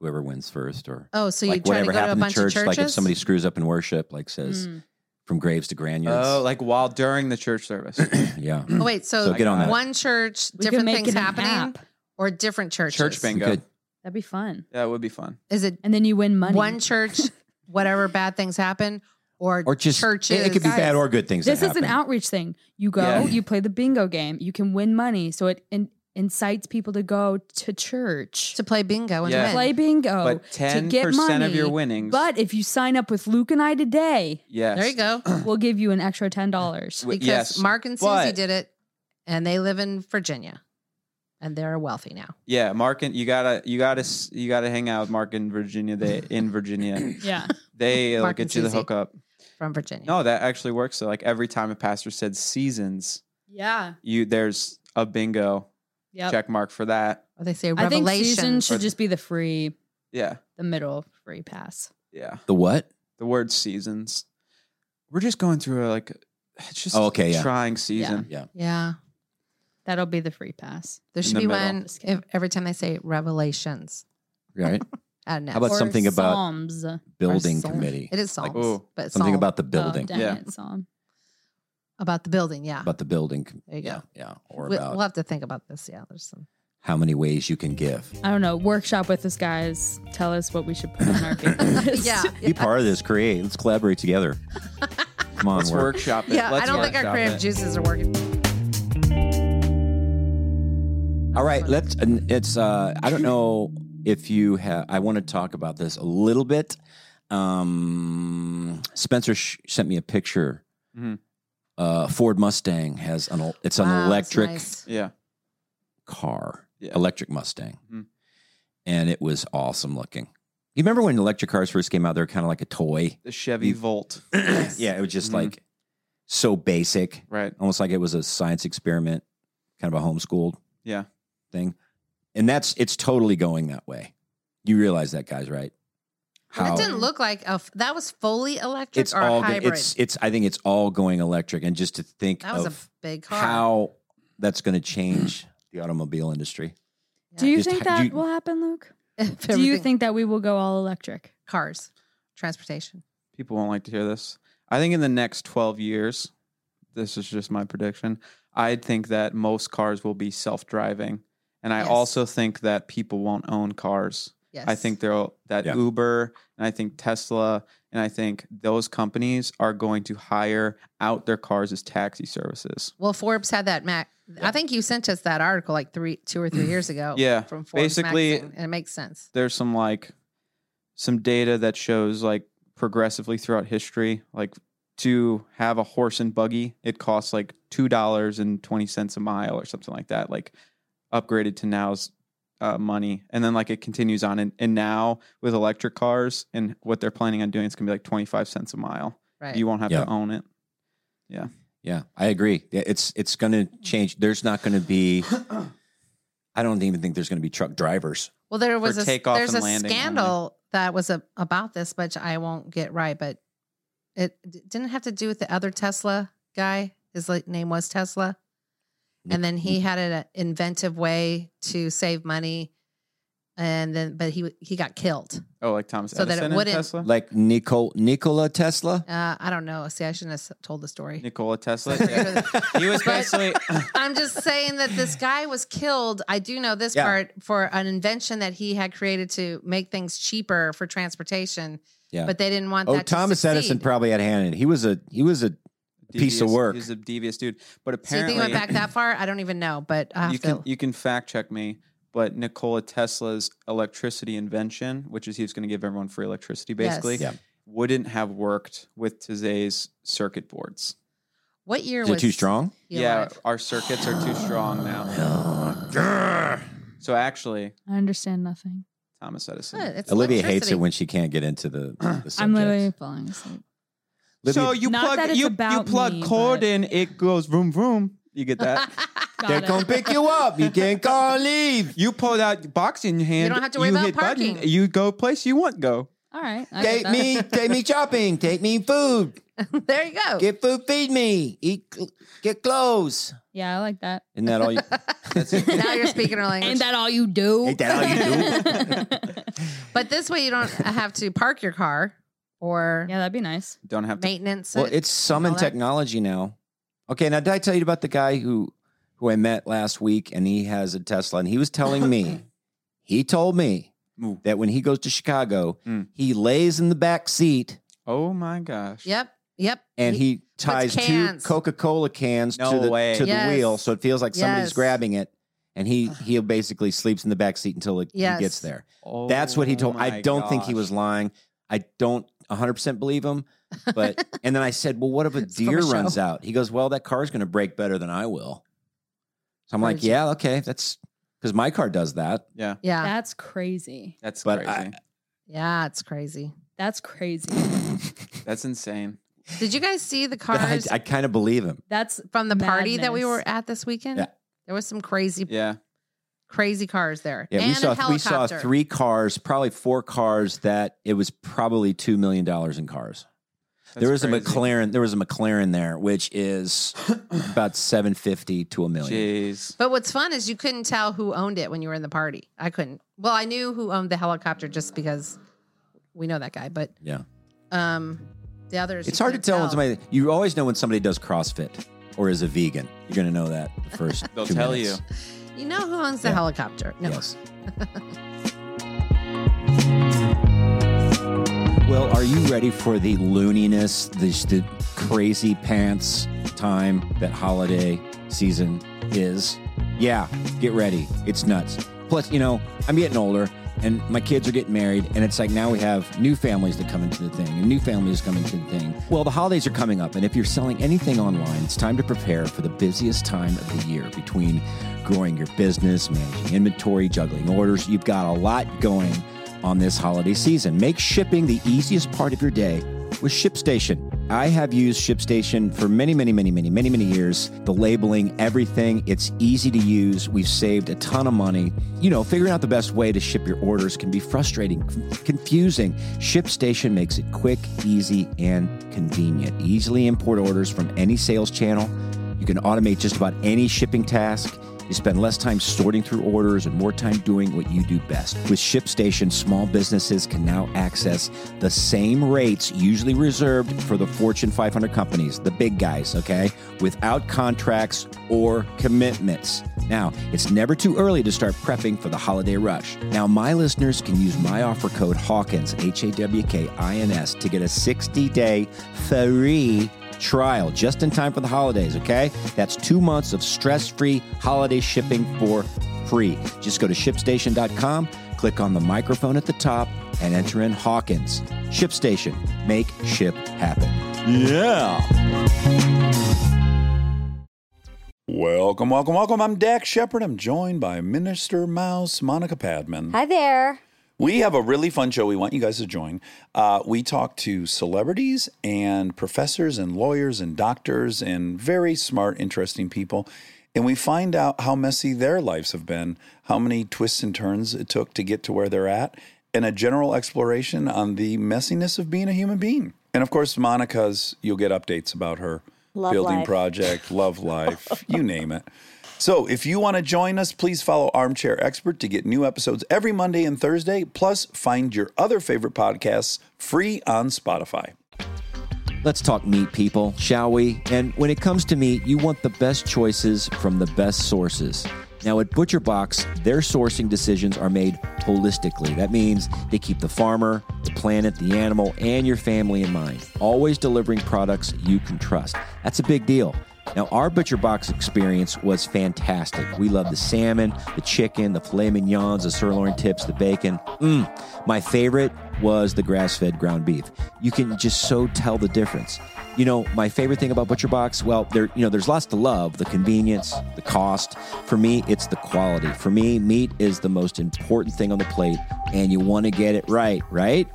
whoever wins first, or
Oh, so
like
you try to
whatever
go to a
happened to
bunch
church.
of churches? Hmm.
Like if somebody screws up in worship, like says
Mm.
from graves to granules.
Oh, like while during the church service.
yeah.
oh, wait, so,
So get on that.
one church,
We could
different
make
things
it an
happening,
app.
or different churches.
church
We
bingo.
could-
That'd be fun.
Yeah, it would be fun.
Is it
And then you win money.
one church, whatever bad things happen, or
or just
churches?
It, it could be
Guys,
bad or good things.
this
that
is an
happen.
outreach thing. You go,
Yeah.
you play the bingo game, you can win money. So it in- incites people to go to church
to play bingo and
Yeah.
win.
play bingo
but
to
ten
get
percent
money.
of your winnings.
But if you sign up with Luke and I today,
yes,
There you go.
we'll give you an extra ten dollars.
W-
Because
yes.
Mark and Susie
but-
did it, and they live in Virginia, and they're wealthy now.
Yeah, Mark and you gotta you gotta s- you gotta hang out with Mark in Virginia. They in Virginia.
Yeah,
They will
Mark and
get you the
Susie.
hookup.
From Virginia.
No, that actually works. So like every time a pastor said seasons,
yeah,
you there's a bingo
yeah.
check mark for that.
Or they say
I think season
revelation.
should just be the free,
Yeah,
the middle free pass.
yeah.
the what?
The word seasons. We're just going through a, like it's just
Oh, okay, yeah.
trying season.
yeah.
That'll be the free pass.
There should
the
be
middle.
one if, every time they say revelations.
Right.
I don't know.
How about
Or
something about
Psalms? Oh,
Building
Psalm.
committee.
it is Psalms,
ooh,
but
Something
Psalm.
about the building.
dang
Yeah.
it, Psalm.
about the building. Yeah,
About the building. com-
There you
yeah.
go.
Yeah. Or
we,
about
will have to think about this. Yeah, there's some.
how many ways you can give.
I don't know. Workshop with us, guys. Tell us what we should put on our bingo list.
Yeah,
Be part of this. Create. Let's collaborate together. Come on,
Let's
work.
workshop it.
yeah.
Let's
I don't think our
workshop
creative
it.
juices are working.
All right, let's. and It's. Uh, I don't know if you have. I want to talk about this a little bit. Um, Spencer sh- sent me a picture.
Mhm.
Uh, Ford Mustang has an. el- It's an
Wow, that's
electric
nice.
Yeah,
car,
Yeah.
electric Mustang,
Mhm.
and it was awesome looking. You remember when electric cars first came out? They were kind of like a toy.
the Chevy Volt.
Yeah, it was just
Mhm.
like so basic,
Right.
almost like it was a science experiment, kind of a homeschooled
Yeah.
thing. And that's it's totally going that way. You realize that, guys, right?
It didn't look like a f- that was fully electric
Oh. it's
or
all go-
hybrid.
it's it's I think it's all going electric and just to think
that was a
of
big car.
how that's going to change the automobile industry.
Do you
Just
think
ha-
that
do you-
will happen, Luke?
If
Do you
everything-
think that we will go all electric?
cars, transportation?
people won't like to hear this. I think in the next 12 years, this is just my prediction. I think that most cars will be self-driving, and I
Yes.
also think that people won't own cars.
Yes,
I think they'll that
Yeah.
Uber and I think Tesla and I think those companies are going to hire out their cars as taxi services.
Well, Forbes had that Mac. I think you sent us that article like three, two or three years ago.
Yeah,
from Forbes
basically-
magazine, and it makes sense.
There's some like some data that shows like progressively throughout history, like to have a horse and buggy, it costs like two dollars and twenty cents a mile or something like that. Like upgraded to now's uh, money, and then like it continues on. And, and now with electric cars and what they're planning on doing, it's gonna be like twenty five cents a mile.
Right.
You won't have
Yeah.
to own it.
Yeah, I agree. Yeah, It's it's going to change. There's not going to be I don't even think there's going to be truck drivers.
well, there was a
takeoff
there's
and
a
landing only.
scandal that was a, about this, which I won't get right, but it d- didn't have to do with the other Tesla guy. His like, name was Tesla, and then he had an inventive way to save money, and then but he he got killed.
Oh, like Thomas
So that it
Edison and
wouldn't-
Tesla,
like Nicole Nikola Tesla.
Uh, I don't know. See, I shouldn't have s- told the story.
Nikola Tesla.
Sorry.
Yeah. he was
But-
basically
I'm just saying that this guy was killed. I do know this
Yeah.
part for an invention that he had created to make things cheaper for transportation.
Yeah.
But they didn't want
Oh,
that. to
Thomas Edison
succeed.
probably had a hand in it. He was a he was a Piece of
devious-
work.
He's a devious dude.
So
But
you
apparently,
think it went back that far? I don't even know, but I have
you
to.
can you can fact check me. But Nikola Tesla's electricity invention, which is he was going to give everyone free electricity, basically,
Yes.
wouldn't have worked with today's circuit boards.
what year
Is
was
it too strong?
you
yeah,
alive?
our circuits are too strong now. so actually,
I understand nothing.
Thomas Edison.
What? It's
Olivia hates it
electricity.
when she can't get into the, the subject.
I'm literally falling asleep.
Olivia-
so you
Not that
plug
it's
you, you
about
plug
me,
cord
but-
in, it goes vroom vroom. You get that?
Got
They're
it.
gonna pick you up. You can't go and leave.
you pull out box in your hand.
don't have to worry about
hit button,
parking.
you go place you want go.
All right. I get
Take
that.
me, take me shopping. Take me food.
there you go.
Get food. Feed me. Eat. cl- Get clothes.
Yeah, I like that.
Isn't that all? You,
now you're speaking our language.
Ain't that all you do?
ain't that all you do?
but this way you don't have to park your car or
Yeah, that'd be nice.
Don't have to
maintenance.
Well,
it.
it's summon
all that.
technology now. Okay, now did I tell you about the guy who who I met last week and he has a Tesla and he was telling me, he told me
Ooh.
that when he goes to Chicago,
Mm.
he lays in the back seat
Oh my gosh.
yep. Yep.
and he, ties two
cans.
Coca-Cola cans
No
to the
way.
to
Yes.
the wheel so it feels like somebody's
Yes.
grabbing it and he he basically sleeps in the back seat until it,
Yes.
he gets there.
Oh
That's what he told.
my
I don't think he
gosh.
was lying. I don't 100% believe him. But and then I said, "Well, what if a
from
deer
a show.
runs out?" He goes, "Well, that car's going to brake better than I will." So I'm like,
Crazy.
"Yeah, okay, that's cuz my car does that."
Yeah,
Yeah.
That's crazy.
that's
But
crazy.
I-
yeah. It's crazy.
That's crazy.
that's insane.
Did you guys see the
But I,
cars
I kind of believe him.
That's
from the party that we
madness.
were at this weekend?
Yeah.
There was some crazy,
Yeah.
crazy cars there.
Yeah,
and
we saw
a
we saw
helicopter.
three cars, probably four cars that it was probably 2 million dollars in cars. there was
that's
a
crazy.
McLaren, there was a McLaren there which is about 750 to a million.
Jeez.
But what's fun is you couldn't tell who owned it when you were in the party. I couldn't. Well, I knew who owned the helicopter just because we know that guy, but
Yeah.
um the others
It's
you
hard to
couldn't
tell when somebody. You always know when somebody does CrossFit or is a vegan. You're gonna know that the first.
They'll
two
tell
minutes.
you.
You know who owns the
Yeah.
helicopter? No.
Yes. well, are you ready for the looniness, the, the crazy pants time that holiday season is? Yeah, get ready. It's nuts. Plus, you know, I'm getting older and my kids are getting married, and it's like now we have new families that come into the thing and new families come into the thing. Well, the holidays are coming up, and if you're selling anything online, it's time to prepare for the busiest time of the year between growing your business, managing inventory, juggling orders. You've got a lot going on this holiday season. Make shipping the easiest part of your day with ShipStation. I have used ShipStation for many, many, many, many, many, many years. The labeling, everything, it's easy to use. We've saved a ton of money. You know, figuring out the best way to ship your orders can be frustrating, f- confusing. ShipStation makes it quick, easy, and convenient. Easily import orders from any sales channel. You can automate just about any shipping task. You spend less time sorting through orders and more time doing what you do best. With ShipStation, small businesses can now access the same rates usually reserved for the Fortune 500 companies, the big guys, okay? Without contracts or commitments. Now, it's never too early to start prepping for the holiday rush. Now, my listeners can use my offer code Hawkins, H A W K I N S, to get a 60 day free trial just in time for the holidays, okay? That's two months of stress free holiday shipping for free. Just go to shipstation.com, click on the microphone at the top, and enter in Hawkins. ShipStation, make ship happen. Yeah.
Welcome, welcome, welcome. I'm Dak Shepard. I'm joined by Minister Mouse Monica Padman.
Hi there.
We have a really fun show we want you guys to join. Uh, we talk to celebrities and professors and lawyers and doctors and very smart, interesting people. And we find out how messy their lives have been, how many twists and turns it took to get to where they're at, and a general exploration on the messiness of being a human being. And of course, Monica's, you'll get updates about her
Love
building
life.
project, love life, you name it. So, if you want to join us, please follow Armchair Expert to get new episodes every Monday and Thursday. Plus, find your other favorite podcasts free on Spotify.
Let's talk meat, people, shall we? And when it comes to meat, you want the best choices from the best sources. Now, at Butcher Box, their sourcing decisions are made holistically. That means they keep the farmer, the planet, the animal, and your family in mind, always delivering products you can trust. That's a big deal. Now, our Butcher Box experience was fantastic. We loved the salmon, the chicken, the filet mignons, the sirloin tips, the bacon. Mm. My favorite was the grass fed ground beef. You can just so tell the difference. You know, my favorite thing about Butcher Box, well, there, you know, there's lots to love the convenience, the cost. For me, it's the quality. For me, meat is the most important thing on the plate, and you want to get it right, right?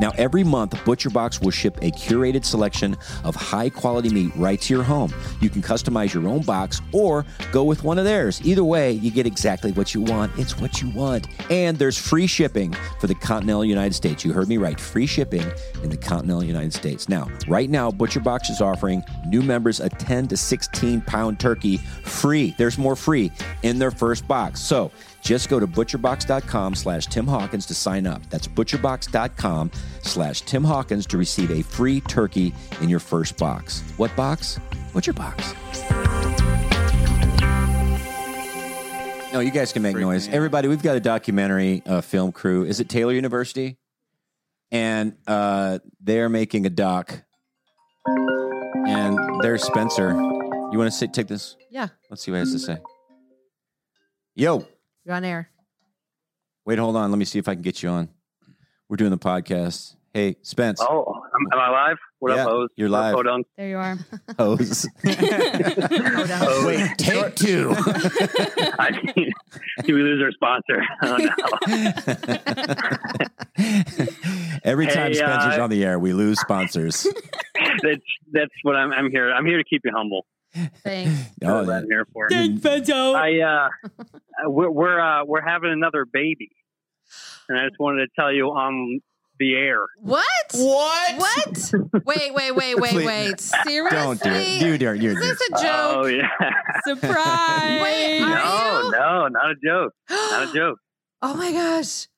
Now, every month, ButcherBox will ship a curated selection of high quality meat right to your home. You can customize your own box or go with one of theirs. Either way, you get exactly what you want. It's what you want. And there's free shipping for the continental United States. You heard me right free shipping in the continental United States. Now, right now, ButcherBox is offering new members a 10 to 16 pound turkey free. There's more free in their first box. So, just go to butcherbox.com slash Tim Hawkins to sign up. That's butcherbox.com slash Tim Hawkins to receive a free turkey in your first box. What box? Butcher Box. No, you guys can make noise. Everybody, we've got a documentary uh, film crew. Is it Taylor University? And uh, they're making a doc. And there's Spencer. You want to sit, take this?
Yeah,
Let's see what he has to say. Yo.
you're on air.
Wait, hold on. Let me see if I can get you on. We're doing the podcast. Hey, Spence.
Oh, am, am I live? What
Yeah,
up, O's?
you're
What up,
live.
Podunk?
There you are.
Hose.
Oh,
Wait, take two.
I mean, did we lose our sponsor? Oh, no.
Every time
Hey,
Spencer's
uh,
on the air, we lose sponsors.
that's, that's what I'm, I'm here. I'm here to keep you humble.
Thanks.
That's
oh,
what I'm
that-
here for.
Fento.
I, uh, we're, we're, uh, we're having another baby. And I just wanted to tell you on the air.
What?
What?
What? Wait, wait, wait, wait,
Please,
wait. Seriously?
don't do it. You do it. You
Is
do it.
this a joke?
Oh, yeah.
Surprise.
Wait, I-
No,
you?
no, not a joke. Not a joke.
Oh my gosh.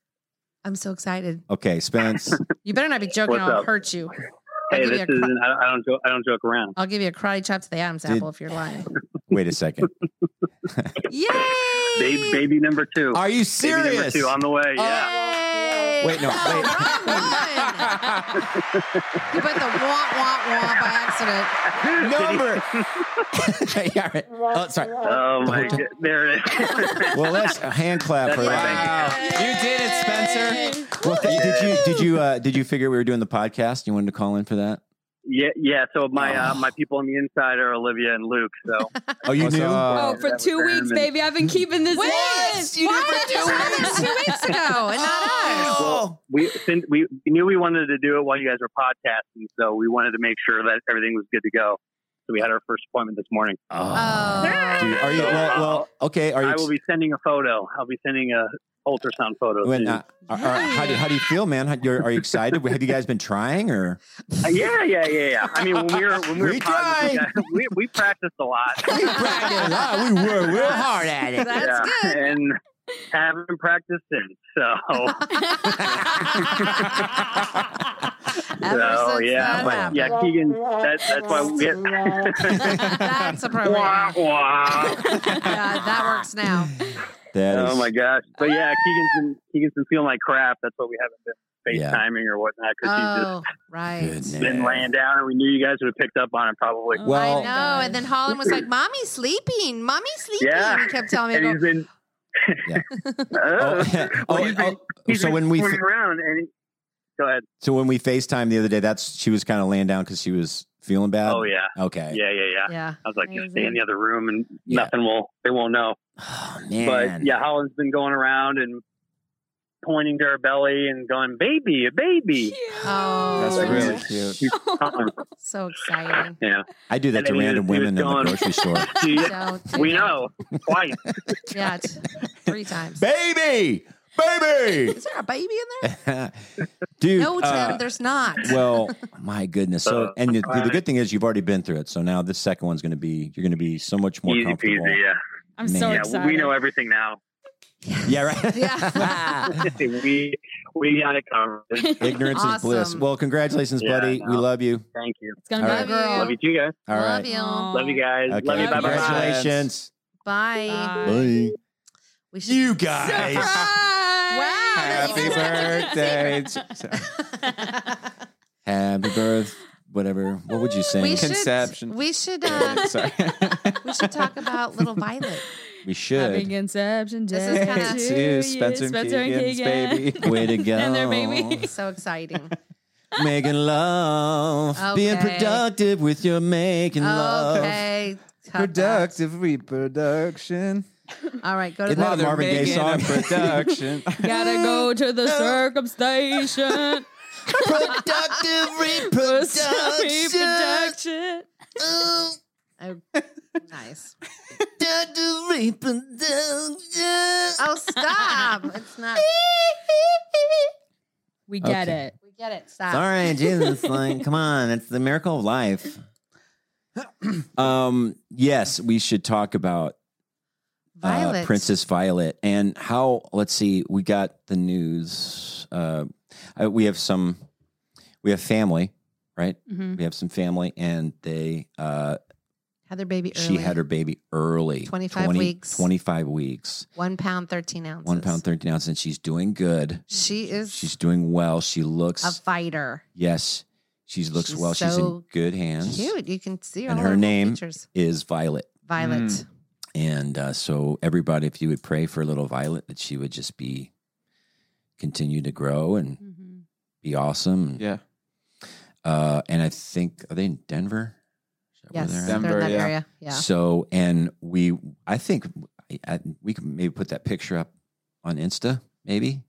I'm so excited.
Okay, Spence.
You better not be joking.
What's
I'll
up?
hurt you. I'll
Hey,
give
this
you a cr-
isn't, I, I don't joke, I don't joke around.
I'll give you a karate chop to the Adam's
Did-
apple if you're lying.
Wait a second.
Yay!
Baby, baby number two.
Are you
Baby number
serious?
two on the way. Yeah.
Yay!
Wait, no, wait.
Wrong one. you put the wah wah wah by accident.
Number. yeah, right. Oh, sorry.
Oh my
Don't-
god! There it is.
Well, let's a hand clap for
That's
that.
Wow. You did it, Spencer.
Well, th- did you did you uh, did you figure we were doing the podcast? You wanted to call in for that?
yeah, yeah. So my uh, my people on the inside are Olivia and Luke. So
Oh, you
What's
knew.
up?
Oh, for
That was
two
very
weeks,
amazing.
baby. I've been keeping this
What?
in.
You two, weeks ago and not us.
well, we since we we knew we wanted to do it while you guys were podcasting, so we wanted to make sure that everything was good to go. So we had our first appointment this morning.
Oh.
Dude, are you well, well? Okay. Are you?
I will be sending a photo. I'll be sending a ultrasound photo.
when,
soon.
uh, are- are- how, do, how do you feel, man? How, you're, are you excited? Have you guys been trying or?
Uh, yeah, yeah, yeah, yeah. I mean, when we were when we were
We
positive,
tried.
we, got- we, we practiced a lot.
We practiced a lot. We worked real hard at it.
That's
yeah, and haven't practiced since. So.
good. Ever
so
since
yeah,
that
but
happened.
yeah, Keegan. That, that's why we.
That's appropriate.
Wah, wah.
yeah, Uh, that works now.
That is,
Oh my gosh! But yeah, Keegan's been Keegan's been feeling like crap. That's why we haven't been
Yeah.
FaceTiming or whatnot because he's just
Oh, right.
goodness.
been laying down, and we knew you guys would have picked up on it probably.
Oh,
Well-
I know. And then Holland was like, Mommy's sleeping. Mommy's sleeping.
Yeah.
He kept telling me,
And
I
he's
go,
been.
Yeah.
Oh,
Oh, yeah.
well,
Oh,
he's been-
oh,
he's
so
been
when we
swimming around and he, go ahead.
so when we Facetime the other day, that's she was kind of laying down because she was feeling bad.
oh yeah,
Okay.
yeah, yeah, yeah.
Yeah.
I was like, just stay in
Amazing.
the other room and
Yeah.
nothing will they won't know.
Oh man.
But yeah, Holland's been going around and pointing to her belly and going, "Baby, a baby."
Oh,
That's really cute.
She's coming.
so exciting.
yeah,
I do that
And
to
then he
random
was- he was
women in the
gone.
grocery store.
She-
Don't do
we
that.
know twice.
Yeah, t- three times.
baby, baby.
Is there a baby in there?
Dude.
No, Tim,
uh,
there's not.
well, my goodness. So,
Uh,
and the, the good thing is you've already been through it. So now this second one's going to be you're going to be so much more
Easy
comfortable.
peasy. Yeah,
I'm so
Man.
yeah.
excited.
We know everything now.
Yeah, right.
Yeah.
we we got it covered.
Ignorance is bliss.
Awesome.
Well, congratulations,
Yeah,
buddy.
no.
We love you.
Thank you.
It's gonna
All
be
right.
a girl.
Love you too, guys.
All
Love
right.
you.
Aw.
Love you guys.
Okay.
Love you. Bye bye.
Congratulations.
Bye.
Bye.
We should.
You guys.
wow. that's
Happy
even better.
birthday. So-
Happy birth, whatever. What would you sing?
We
Conception.
should. We should. Uh,
Sorry.
we should talk about Little Violet.
Happy
we should.
conception
This
day
is kinda-
to
to
you,
Spencer, and
Spencer and
Keegan's
Keegan.
baby.
Way to go.
And their baby.
So exciting.
Making love. Being
Okay.
productive with your making love.
Okay. Tough
Productive reproduction.
act. All right. Go to
Isn't that a
the.
Marvin Gaye
Making
song?
a Production.
Gotta go to the circumstation.
productive reproduction.
Production.
Oh, nice.
Productive reproduction.
Oh, stop. It's not.
We get
Okay.
it.
We get it. Stop.
Sorry, Jesus. Like, come on. It's the miracle of life. um, yes, we should talk about
Violet.
Uh, Princess Violet and how, let's see, we got the news. Uh, I, we have some, we have family, right?
Mm-hmm.
Mhm.
We have some family and they, uh,
Had their baby early.
she had her baby early
25 weeks.
25 weeks,
one pound, 13 ounces.
one pound, 13 ounces. And she's doing good.
She is
She's doing well. She looks,
a fighter.
yes, she looks
She's
well. she's in
so
good hands.
Cute. You can see her.
And
all
her
little
name- Hmm.
Features.
Is Violet.
Violet.
Mm.
And uh, so, everybody, if you would pray for little Violet, that she would just be continue to grow and
Mm-hmm.
be awesome.
Yeah.
Uh, and I think are they in Denver? Is that where
Yes.
they're at?
Denver,
they're in that
yeah.
area. Yeah.
So, and we, I think I, I, we can maybe put that picture up on Insta, maybe.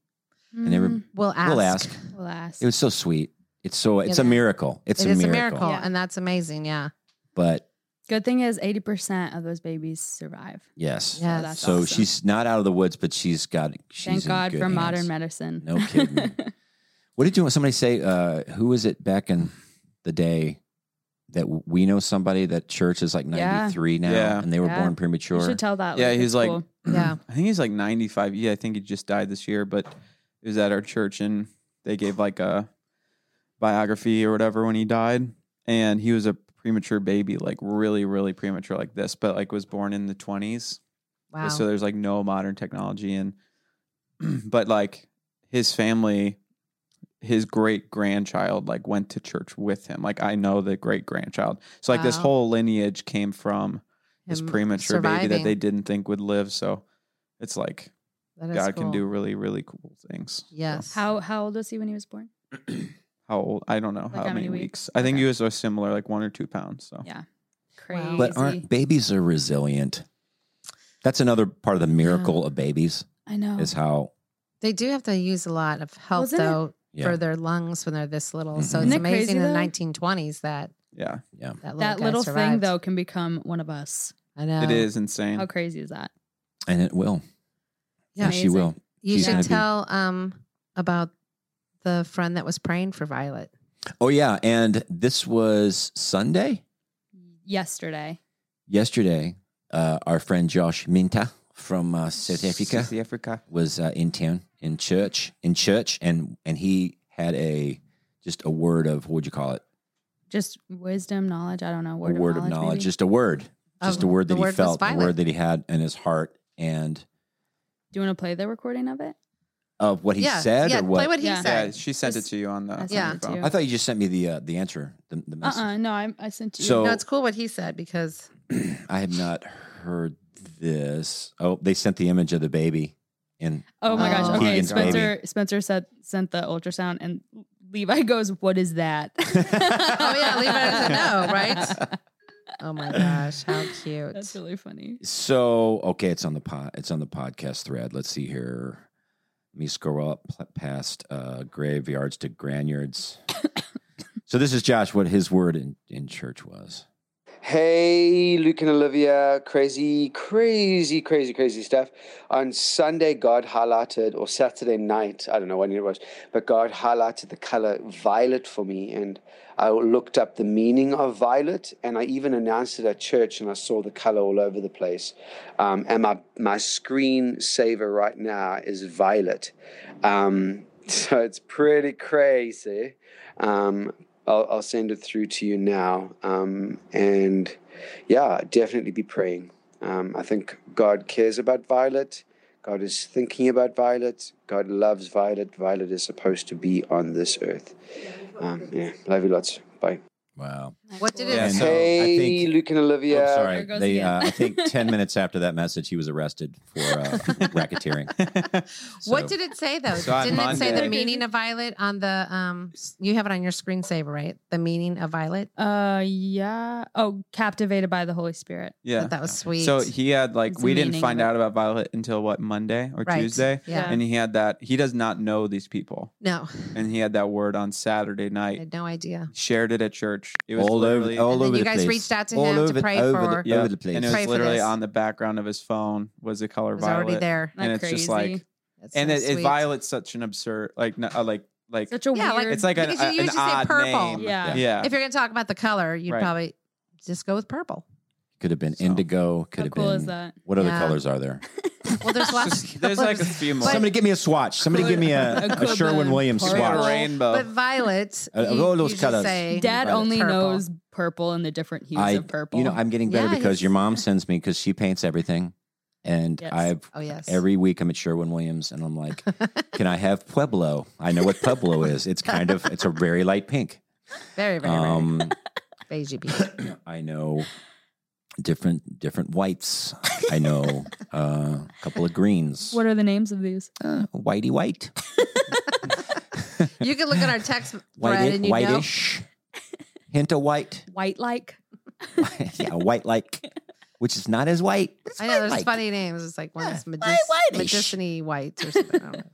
And every,
Mm, We'll ask.
We'll ask.
We'll ask.
it was so sweet. It's so it's a
that-
miracle. It's
It
a
is
miracle.
a miracle.
Yeah.
And that's amazing. Yeah.
But
Good thing is 80% of those babies survive.
yes.
Yes.
that's
so
awesome.
she's not out of the woods, but she's got. She's
Thank
in
God
good
for modern
hands.
medicine.
No kidding. What did you somebody say? Uh, who was it back in the day that we know somebody that church is like
Yeah.
93 now
Yeah.
and they were
Yeah.
born
you
premature?
should tell that.
Yeah,
Luke.
he's
It's
like,
cool.
Yeah.
I think he's like 95. Yeah, I think he just died this year, but it was at our church and they gave like a biography or whatever when he died. And he was a premature baby, like really, really premature, like this, but like was born in the 20s.
Wow.
So there's like no modern technology. And, but like his family, his great grandchild, like went to church with him. Like I know the great grandchild. So like this
Wow.
whole lineage came from this
Him
premature baby that
surviving.
they didn't think would live. So it's like
That is
God can
cool.
do really, really cool things.
Yes.
How, how old was he when he was born?
How old? I don't know how, many, weeks. I think
Okay.
he was uh, similar, like one or two pounds. So
Yeah. Crazy.
Wow.
but aren't babies are resilient? That's another part of the miracle of babies
I know.
is how
They do have to use a lot of help
Wasn't it-
though
yeah,
for their lungs when they're this little. So
Mhm.
it's
Isn't it
amazing
crazy,
in
though?
the 1920s that
yeah,
that little,
that
guy
little thing,
survived.
though, can become one of us.
I know
it is insane.
How crazy is that?
and it will.
Yeah.
Yeah, she will.
You
She's
should
gonna be-
tell um about the friend that was praying for Violet.
Oh yeah, and this was Sunday
Yesterday.
yesterday. Uh, our friend Josh Minta from uh, South Africa.
South Africa.
was uh, in town in church in church and and he had a just a word of what would you call it
Just wisdom, knowledge. I don't know. Word
a word
of knowledge. maybe?
just a word just
Of
a word
the
that he
word was
felt a
Violet.
word that he had in his heart and
Do you want to play the recording of it?
of what he
yeah,
said
yeah,
or what,
play what he
Yeah.
Yeah,
said.
she sent it to you on the.
I
on
sent
your
it
to
phone.
you.
i thought you just sent me the uh, the answer the, the
Uh uh
message
No, I, I sent you.
So-
No, it's cool what he said because
i have not heard this oh they sent the image of the baby and
oh my
Oh.
gosh. Okay.
Keegan's baby.
Spencer Spencer said, sent the ultrasound, and Levi goes, What is that? oh,
yeah, Levi doesn't know, right? oh my gosh, how cute.
That's really funny.
so okay it's on the pod it's on the podcast thread let's see here let me scroll up pl- past uh, graveyards to granyards so this is josh what his word in, in church was
Hey, Luke and Olivia, crazy, crazy, crazy, crazy stuff. On Sunday, God highlighted, or Saturday night, I don't know when it was, but God highlighted the color violet for me. And I looked up the meaning of violet, and I even announced it at church, and I saw the color all over the place. Um, and my, my screen saver right now is violet. Um, so it's pretty crazy. Um, I'll, I'll send it through to you now. Um, and yeah, definitely be praying. Um, I think God cares about Violet. God is thinking about Violet. God loves Violet. Violet is supposed to be on this earth. Um, yeah, love you lots. Bye.
Wow.
What did
Yeah,
it?
and so
hey,
I think-
Luke and Olivia.
Oops,
There goes
sorry. They,
the
uh,
end.
I think 10 minutes after that message, he was arrested for uh, racketeering. So-
What did it say though?
So on
Didn't it say the
Monday-
meaning of violet on the um? s- You have it on your screensaver, right? The meaning of violet.
Uh, yeah. Oh, captivated by the Holy Spirit.
Yeah.
That was sweet.
So he had like
It's
we didn't
meaning
find
of it.
out about Violet until what Monday or
Right.
Tuesday,
Yeah.
and he had that he does not know these people,
no,
and he had that word on Saturday
I
night.
had no idea.
Shared it at church. It was
all over,
literally-
all
And then
over
you
the
guys
place.
reached out to
all
him to
over,
pray
over
for-
the,
Yeah.
over the place.
And it was
Pray for
literally
this.
on the background of his phone was the color
It was
violet,
already there.
and
Not
it's just
crazy.
like,
That's
and
so
it, it
sweet.
violet's such an absurd like no- uh, like like
Such a
Yeah, like-
weird.
it's like an,
Because you
a- an
usually say
odd
purple.
name.
Yeah.
yeah.
If you're gonna talk about the color, you'd
Right.
probably just go with purple.
Could have been
So-
indigo. Could
How
have
cool
been.
is that?
What other
Yeah.
colors are there?
Well, there's lots.
Just- there's like a few more.
Somebody give me a swatch. Somebody give me
A
a, a
good
Sherwin
one.
Williams
Give me a
swatch.
rainbow.
But violet.
Uh, of
you
all those
usually
colours.
say-
Dad
Violet.
only
Purple.
knows purple and the different hues
I,
of purple.
you know, I'm getting better
Yeah,
because your
he's-
mom sends me because she paints everything, and
Yes.
I've
Oh yes.
every week I'm at Sherwin Williams and I'm like, can I have Pueblo? I know what Pueblo is. It's kind of it's a very light pink.
very very um,
Um,
very beige. beige.
I know different different whites. I know uh, a couple of greens.
what are the names of these?
Uh, whitey white,
You can look at our text thread
white
and you
whitish, hint of white,
White like.
yeah, white like, which is not as white. but it's
know. I know there's
white-like.
funny names. It's like one's
Yeah.
magic-
Whitish.
magiciny white or something. I don't know.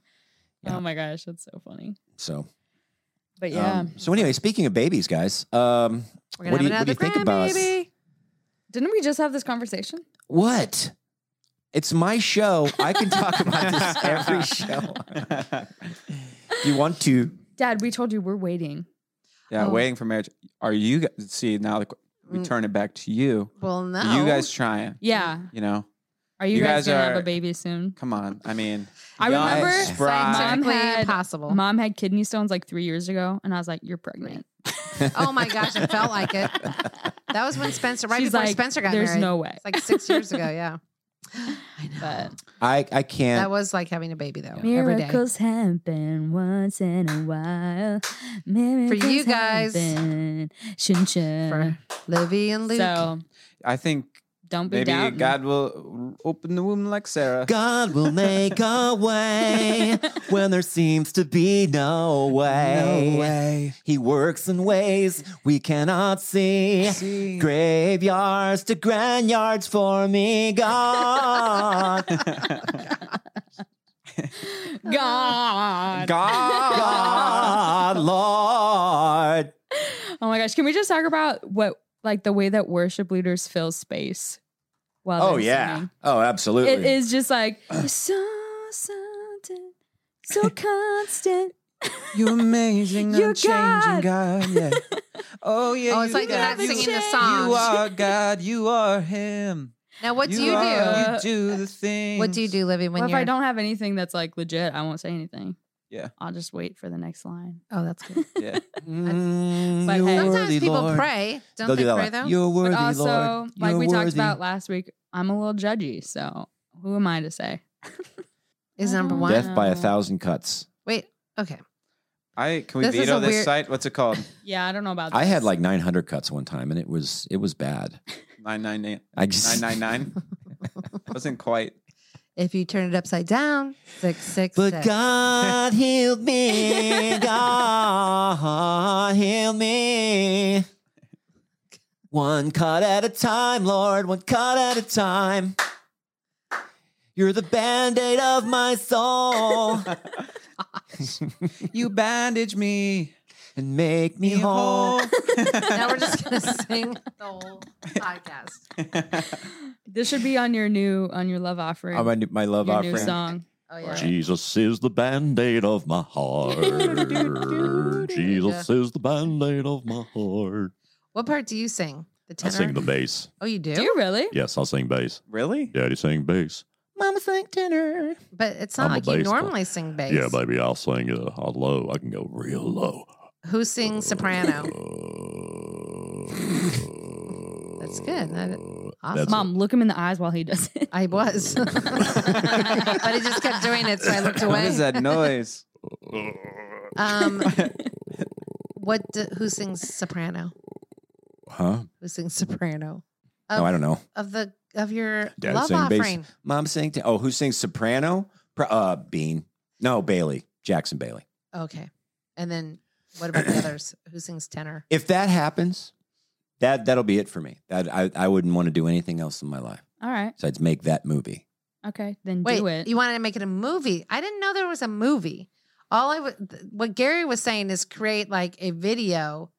Yeah.
Oh my gosh, that's so funny.
So
But yeah,
um, so anyway, speaking of babies, guys, um,
We're gonna have
What do you- what do
another
you think about us?
grandbaby.
didn't we just have this conversation?
what? It's my show. I can talk about this every show. You want to?
Dad, we told you we're waiting.
yeah,
Oh.
waiting for marriage. Are you guys, see now? The, qu- we
Mm.
turn it back to you.
Well, no.
You guys trying?
Yeah.
You know,
Are you,
You
guys,
guys
gonna
are-
have a baby soon?
come on. I mean,
I
young,
remember
spry.
scientifically
Mom had-
impossible.
Mom had kidney stones like three years ago, and I was like, "You're pregnant."
Oh my gosh, it felt like it. That was when Spencer, right
She's
before
like,
Spencer got
There's
married.
no way.
It's like six years ago. Yeah. I know.
But
I I can't.
that was like having a baby though. Every day.
miracles happen once in a while. Miracles
guys.
happen. Shouldn't you?
For Livy and Luke.
So
I think
don't be
maybe
doubting.
God will open the womb like Sarah.
God will make a way when there seems to be no way. He works in ways we cannot see.
See.
Graveyards to grand yards for me, God.
God.
God, Lord.
Oh my gosh, can we just talk about what like the way that worship leaders fill space while they're singing?
Oh, absolutely.
It is just like "You're so certain, so constant.
You're amazing,
You're
unchanging God. yeah. Oh yeah.
Oh, it's
you
like they're
got-
not
you-
singing the
changed.
song.
You are God. You are Him.
now, what do
you
you
are-
do?
You do the thing.
What do you do, Livy, when
Well, if
you're?
I don't have anything that's like legit, I won't say anything.
Yeah.
I'll just wait for the next line.
oh, that's good.
Yeah.
Mm,
But
you're
hey.
Sometimes
worthy,
people
Lord.
pray. Don't
They'll
they
do that
pray
one.
though?
You're worthy,
but also,
Lord.
like
You're
we talked
worthy.
about last week, I'm a little judgy, so who am I to say?
Is number one.
Death by a
Wow.
thousand cuts.
Wait. Okay.
I can we
This is
veto
a
this
weird-
site? What's it called?
Yeah, I don't know about.
I had
this.
like 900 cuts one time, and it was it was bad.
Nine nine eight.
I just
Nine nine nine. Wasn't quite.
If you turn it upside down, six six.
But
six.
God healed me. God healed Ah, me. One cut at a time, Lord. One cut at a time. You're the band-aid of my soul.
You bandage me.
and make me
me
whole.
now we're just gonna sing the whole podcast.
this should be on your new on your love offering.
Oh, my, my love
your new
offering.
song.
Oh yeah.
Jesus is the band aid of my heart. Jesus is the band aid of my heart.
What part do you sing? The
I
tenor.
sing the bass.
oh, you do.
Do you really?
Yes, I'll sing bass.
Really?
Daddy sang bass.
Mama thank dinner.
But it's
I'm a
not like you
bass player.
normally sing bass.
Yeah, baby, I'll sing uh, I'll low. I can go real low.
Who sings soprano?
Uh,
That's good. That- Awesome.
Mom, look him in the eyes while he does it.
I was. but he just kept doing it, so I looked
What
away.
is that noise?
Um, what? Do, who sings soprano?
Huh?
Who sings soprano?
No, I don't know.
Of the of your
Dad
love
sang bass.
offering.
Mom sang. T- oh, who sings soprano? Pro- uh, Bean. No, Bailey. Jackson Bailey.
Okay, and then what about the others? Who sings tenor?
If that happens, that that'll be it for me. That I I wouldn't want to do anything else in my life
All right.
besides make that movie.
Okay. Then
Wait,
do it.
you wanted to make it a movie? I didn't know there was a movie. All I w- th- what Gary was saying is create like a video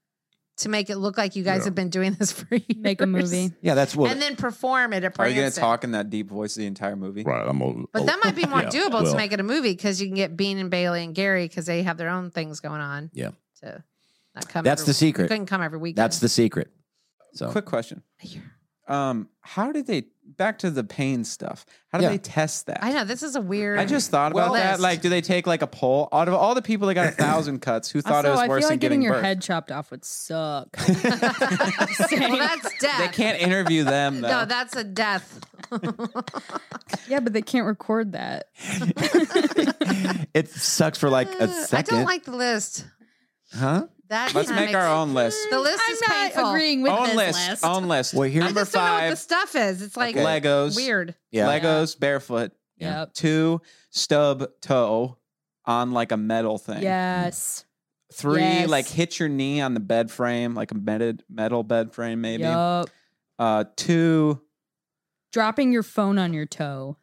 to make it look like you guys
Yeah.
have been doing this for years.
Make a movie.
Yeah, that's what.
and then perform it at
Are you gonna
Branson.
talk in that deep voice the entire movie?
Right, I'm a,
But that might be more
Yeah,
doable
well.
to make it a movie because you can get Bean and Bailey and Gary because they have their own things going on.
Yeah.
To not come.
That's
every-
the secret.
You couldn't come every week.
that's the secret. So
Quick question. Um, how did they back to the pain stuff? How do
Yeah.
they test that?
I know this is a weird.
I just thought about
Well-
that. Like, do they take like a poll out of all the people that got a thousand cuts? Who thought
also,
it was
I
worse
feel
than
like
giving
getting your
birth?
head chopped off would suck.
well, that's death.
They can't interview them. Though.
No, that's a death.
yeah, but they can't record that.
it sucks for like a
Uh, I
second.
don't like the list.
huh?
That
Let's
kinda
make our
makes-
own list.
The list
I'm
is
not
painful.
agreeing with
Own
this
list.
list.
Own list.
Well, here.
I
Number
just don't know what the
five.
stuff is. It's like
Okay. Legos.
Weird.
Yeah.
Legos barefoot.
Yeah. Yep.
Two stub toe on like a metal thing.
Yes.
Three
Yes.
like hit your knee on the bed frame, like a meted, metal bed frame maybe.
Yup.
Uh, two.
Dropping your phone on your toe.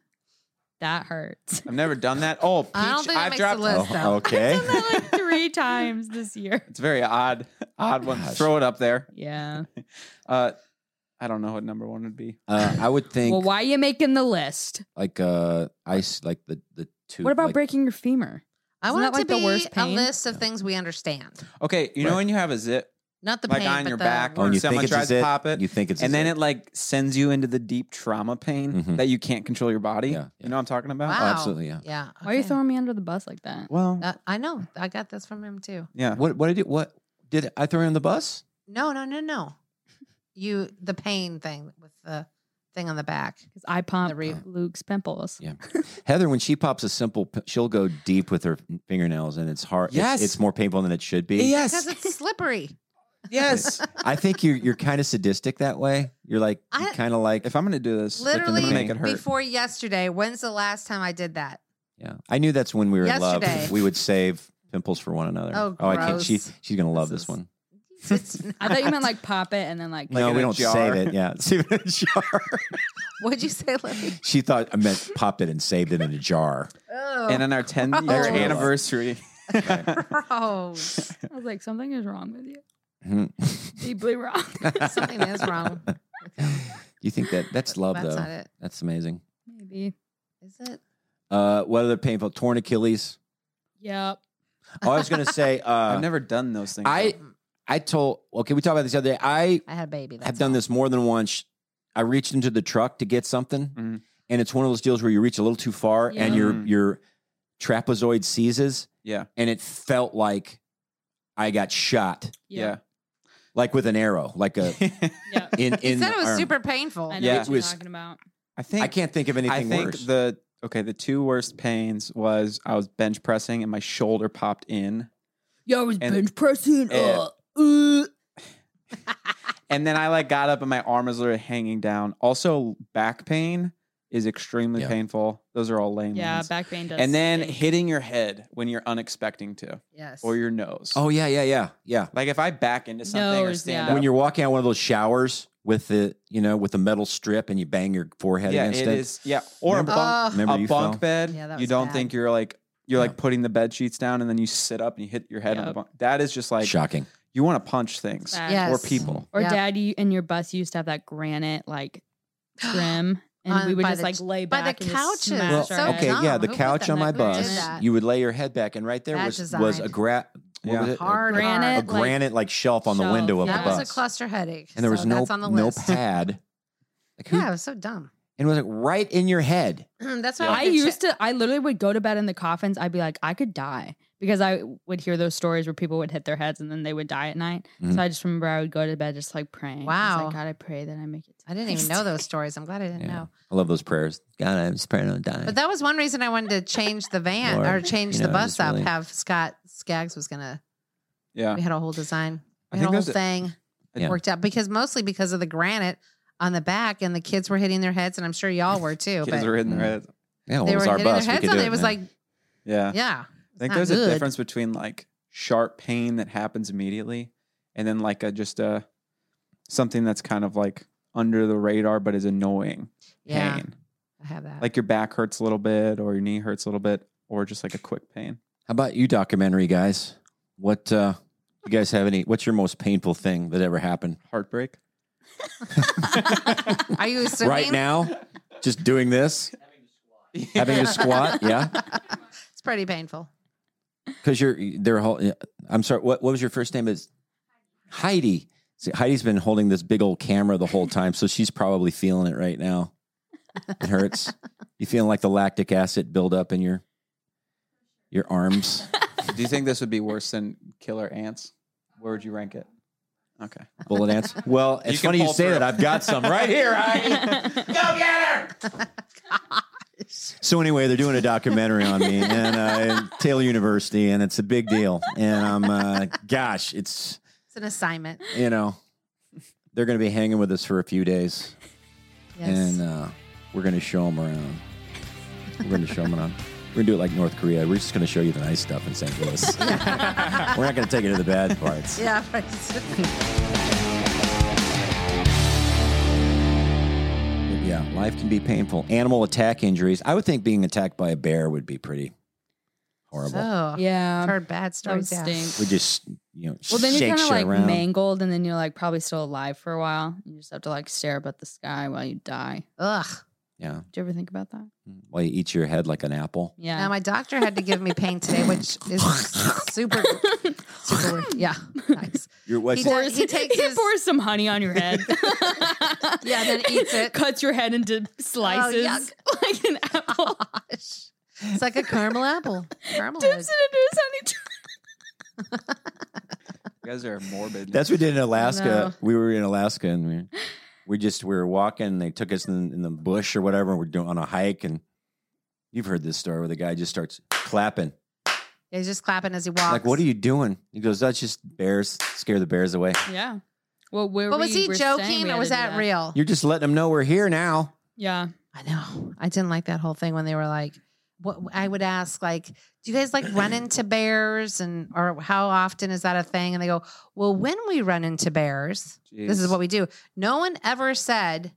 That hurts.
I've never done that. Oh, peach.
I don't think it
I've
makes
dropped.
the list though.
Oh, okay.
like three times this year.
It's a very odd, odd one.
Gosh.
Throw it up there.
Yeah.
Uh, I don't know what number one would be.
Uh, I would think
Well, why are you making the list?
like uh ice like the the two.
What about
like,
breaking your femur?
I
Isn't
want it
that
to be
like the worst
a
pain?
list of things we understand,
Okay, you know
Right.
when you have a zip,
not the
like
pain,
on
but
your
the
back,
Oh, and
when
you
someone
think it's
tries
a
to
zip?
pop it,
You think it's a
and then
zip.
it like sends you into the deep trauma pain
Mhm.
that you can't control your body.
Yeah, yeah.
You know what I'm talking about?
Wow.
Oh, absolutely, yeah.
Yeah.
Why are you
okay.
throwing me under the bus like that?
Well,
Uh, I know. I got this from him too.
yeah.
What what did it what did I throw you on the bus?
No, no, no, no. You the pain thing with the thing on the back.
Because I pump
re-
Uh,
Luke's pimples.
Yeah. Heather, when she pops a simple, p- she'll go deep with her fingernails, and it's hard. it's-
Yes.
it's, more painful than it should be.
Because
Yes,
it's slippery.
yes.
I think you're you're kind of sadistic that way. You're like
I-
kind of like
if I'm gonna do this,
Literally
I'm gonna make it hurt.
before yesterday. When's the last time I did that?
yeah. I knew that's when we were in
Yesterday.
love. We would save pimples for one another.
Oh,
I can't. She
gross.
she's gonna love
This
this,
is-
one.
It's
I thought you
not.
meant like pop it and then like.
Like
no,
in
we
a
don't
jar.
save it. Yeah, save it in a jar.
What'd you say, Libby?
she thought I meant popped it and saved it in a jar.
Oh,
and on our 10 year
Gross.
anniversary,
gross.
I was like, something is wrong with you.
Hmm.
Deeply wrong.
Something is wrong.
You think that that's love
That's
though?
not it.
That's amazing.
Maybe.
Is it?
Uh, what other painful? Torn Achilles.
Yep.
Oh, I was gonna say. Uh,
I've never done those things.
I I told okay, we talked about this the other day. I
I had a baby. That's
have done
all.
this more than once. I reached into the truck to get something,
Mhm.
and it's one of those deals where you reach a little too far and
Yeah.
your
Mm.
your trapezoid seizes,
yeah,
and it felt like I got shot,
yeah.
like with an arrow, like a
Yeah.
in
He
in.
said
the
it was
arm.
super painful.
I
know
know
Yeah. what
what
you're
you're
was-
talking about.
I think
I can't think of
I
anything
think
worse.
the okay, the two worst pains was I was bench pressing and my shoulder popped in,
Yo, I was
And-
bench pressing.
Yeah.
uh, uh.
and then I like got up and my arm was literally hanging down. Also, back pain is extremely
Yeah.
painful. Those are all lame
Yeah,
ones.
back pain does.
and then
stink.
hitting your head when you're unexpecting to,
Yes.
or your nose.
oh yeah yeah yeah yeah.
like if I back into something or
Nose,
stand
yeah.
up,
When you're walking out one of those showers with the you know with the metal strip and you bang your forehead
yeah,
against
it
it.
is yeah, or a
Remember-
bunk,
Oh.
Remember
a
you
bunk
fell?
bed.
Yeah, that
you
was
don't
bad.
think you're like you're
Yeah.
like putting the bed sheets down and then you sit up and you hit your head on the
Yep.
bunk. That is just like
Shocking.
you want to punch things
Bad.
Yes.
or people.
Or
Yeah.
daddy and your bus used to have that granite like trim, and
On-
we would
by
just
the-
like lay
by the
back and just
couches.
smash
Well,
That's
our
so
heads.
okay, yeah,
dumb.
the
Who would
couch
that-
on my
who would
do
bus,
that?
you would lay your head back, and right there
Bad
was was a
design.
gra- what
Yeah.
was it?
hard
a,
Granite,
a
like-
granite like shelf on the
shelf,
window of
yeah.
a
That
bus,
was a cluster headache.
and there was
so
no
that's on the
no
list.
pad. Like who,
Yeah, it was so dumb.
and it was like right in your head.
that's why
I used to. I literally would go to bed in the coffins. I'd be like, I could die because I would hear those stories where people would hit their heads and then they would die at night.
Mhm.
So I just remember I would go to bed just like praying. I was like,
Wow.
God, I pray that I make it.
I didn't even know those stories. I'm glad I didn't know.
I love those prayers. God, I'm just praying on dying.
But that was one reason I wanted to change the van
Lord,
or change
you
the
know,
bus
just
up.
really-
Have Scott Skaggs was gonna.
Yeah.
We had a whole design.
I
We had a
think
whole
that's it.
thing
Yeah.
worked out because mostly because of the granite on the back, and the kids were hitting their heads, and I'm sure y'all were too.
Kids
but
were hitting their heads.
they
yeah, well,
were
Mm. was our
hitting
bus, we
their heads
could
on
do
it.
it,
It was
man.
like,
Yeah.
yeah,
I think
not
there's
good.
a difference between like sharp pain that happens immediately and then like a just a something that's kind of like under the radar but is annoying
yeah.
pain.
I have that.
Like your back hurts a little bit or your knee hurts a little bit or just like a quick pain.
How about you, documentary guys? What uh you guys have any? What's your most painful thing that ever happened
Heartbreak.
Are you assuming
right now? Just doing this, having to squat. Yeah,
It's pretty painful.
because you're they're. hol- yeah. I'm sorry. What what was your first name? Is Heidi? See, Heidi's been holding this big old camera the whole time, so she's probably feeling it right now. It hurts. you feeling like the lactic acid buildup in your your arms?
do you think this would be worse than killer ants? Where would you rank it? Okay.
Bullet ants. Well,
You
it's
can
funny you
pull
say that.
through.
I've got some right here. So anyway, they're doing a documentary on me and uh, Taylor University, and it's a big deal. And I'm, uh, gosh, it's
It's an assignment.
you know, they're going to be hanging with us for a few days,
Yes.
and uh, we're going to show them around. We're going to show them around. We're going to do it like North Korea. We're just going to show you the nice stuff in St. Louis. we're not going to take you to the bad parts.
yeah. Right.
Yeah, life can be painful. Animal attack injuries. I would think being attacked by a bear would be pretty horrible.
Oh,
Yeah.
I've heard bad
That would
stories. Yeah.
stink.
we just you know
Well, then you're
shake
kind
shit
of like
around.
mangled, and then you're like probably still alive for a while. You just have to like stare up at the sky while you die.
Ugh.
Yeah.
Did you ever think about that?
While you eat your head like an apple.
Yeah.
Now my doctor had to give me pain today, which is super, super weird. Yeah, nice.
Your what's
He does- he takes
he
his-
pours some honey on your head.
Yeah, then eats it. Oh,
Cuts your head into slices
yuck.
like an apple.
Gosh. It's like a caramel apple. Caramel.
Dips it into his honey. tr-
You guys are morbid.
That's what we did in Alaska.
No.
We were in Alaska and we, we just we were walking. And they took us in, in the bush or whatever. And we're doing on a hike and you've heard this story where the guy just starts clapping.
He's just clapping as he walks.
Like, what are you doing? He goes, "That's just bears. Scare the bears away.
Yeah. Well, where
But was
we
he
were saying we
joking
had
or
to
was
do
that, real?
You're just letting them know we're here now."
Yeah.
I know. I didn't like that whole thing when they were like, what I would ask, like, do you guys like run into bears and or how often is that a thing? And they go, Well, when we run into bears, this is what we do. No one ever said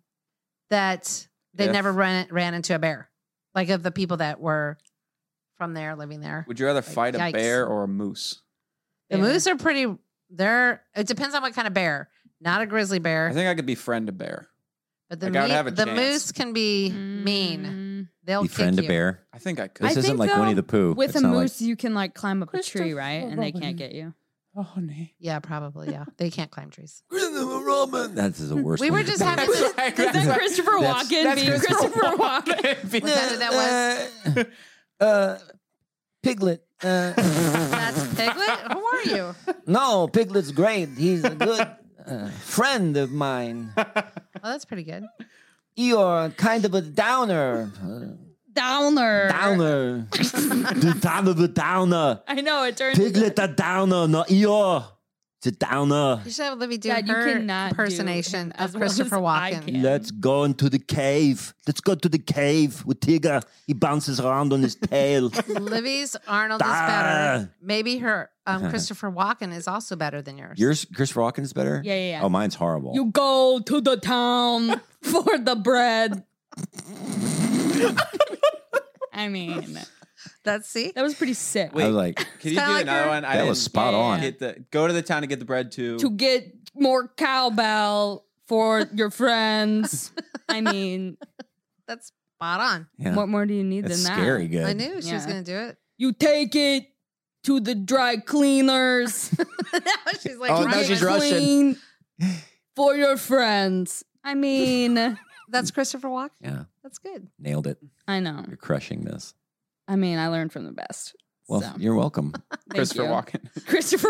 that they
If-
never ran ran into a bear. Like of the people that were from there living there.
Would you rather fight
Yikes.
a bear or a moose?
The
Bear.
moose are pretty they're it depends on what kind of bear. Not a grizzly
I
bear.
think I could befriend a bear.
But the,
like, I would
me-
have a
the
chance.
moose can be mean.
Mm.
They'll
Befriend
kick
a
you.
bear.
I think I could.
This
I
isn't
think,
like
though,
Winnie the Pooh.
With
It's
a
not like-
moose, you can like climb up a tree, right? And they can't
Robin.
get you.
oh, honey.
Yeah, probably. Yeah, they can't climb trees.
That's the worst.
We
one
were
you could
just
do.
having this.
Is that Christopher
That's-
Walken
that's
being
Christopher
Christopher Walken?
Was that who that was?
uh, Piglet. uh,
That's Piglet. Oh, Who are you?
no, Piglet's great. He's a good uh, friend of mine.
Oh, that's pretty good.
Eeyore, kind of a downer.
Downer.
Downer. the down of a downer.
I know it turned.
Piglet a downer, not Eeyore. It's a downer.
You should have Livy do
God, you
her
cannot do
impersonation
him
of
as well as
Christopher
I
Walken.
can.
Let's go into the cave. Let's go to the cave with Tigger. He bounces around on his tail.
Livy's Arnold is
Ah.
better. Maybe her um, Christopher Walken is also better than yours.
Yours, Chris Walken's better?
Yeah, yeah, yeah.
Oh, mine's horrible.
You go to the town for the bread. I mean,
That's see.
that was pretty sick.
I
Wait.
was like,
Can you do
kinda like
another
her-
one? I
that was
didn't
spot
Yeah, yeah,
on.
yeah.
Get the go to the town to get the bread too.
To get more cowbell for your friends. I mean,
That's spot on.
Yeah.
what more do you need
That's
than that?
scary good.
I knew she was
Yeah.
gonna do it.
You take it to the dry cleaners.
now she's like,
Oh, now
running.
she's
Get
Russian.
clean for your friends. I mean,
that's Christopher Walken.
Yeah,
That's good.
nailed it.
I know.
You're crushing this.
I mean, I learned from the best.
Well, you're welcome.
Christopher
you.
Walken.
Christopher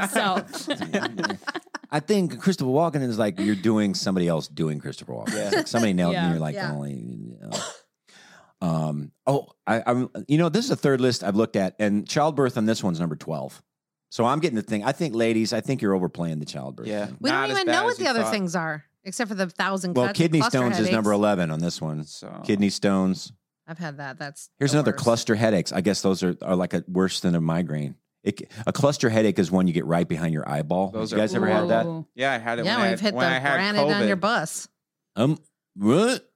himself.
I think Christopher Walken is like you're doing somebody else doing Christopher Walken.
Yeah.
It's like somebody nailed
Yeah.
and You're like
Yeah.
only. uh, um. Oh, I, I'm. You know, this is the third list I've looked at, and childbirth on this one's number twelve. So I'm getting the thing. I think, ladies, I think you're overplaying the childbirth.
Yeah.
thing.
We
Not
don't
as
even
bad
know
as
what the
you
other
thought.
things are, except for the thousand.
Well,
clus-
kidney
cluster
stones is
headaches.
number eleven on this one.
So
Kidney stones.
I've had that. That's
Here's
the
another
worst.
cluster headaches. I guess those are, are like a worse than a migraine. It, a cluster headache is one you get right behind your eyeball.
Those
you
are-
guys ever had that?
Ooh.
Yeah, I had it.
Yeah,
when I,
we've hit
when I
the
had
granite
COVID.
on your bus.
Um, what?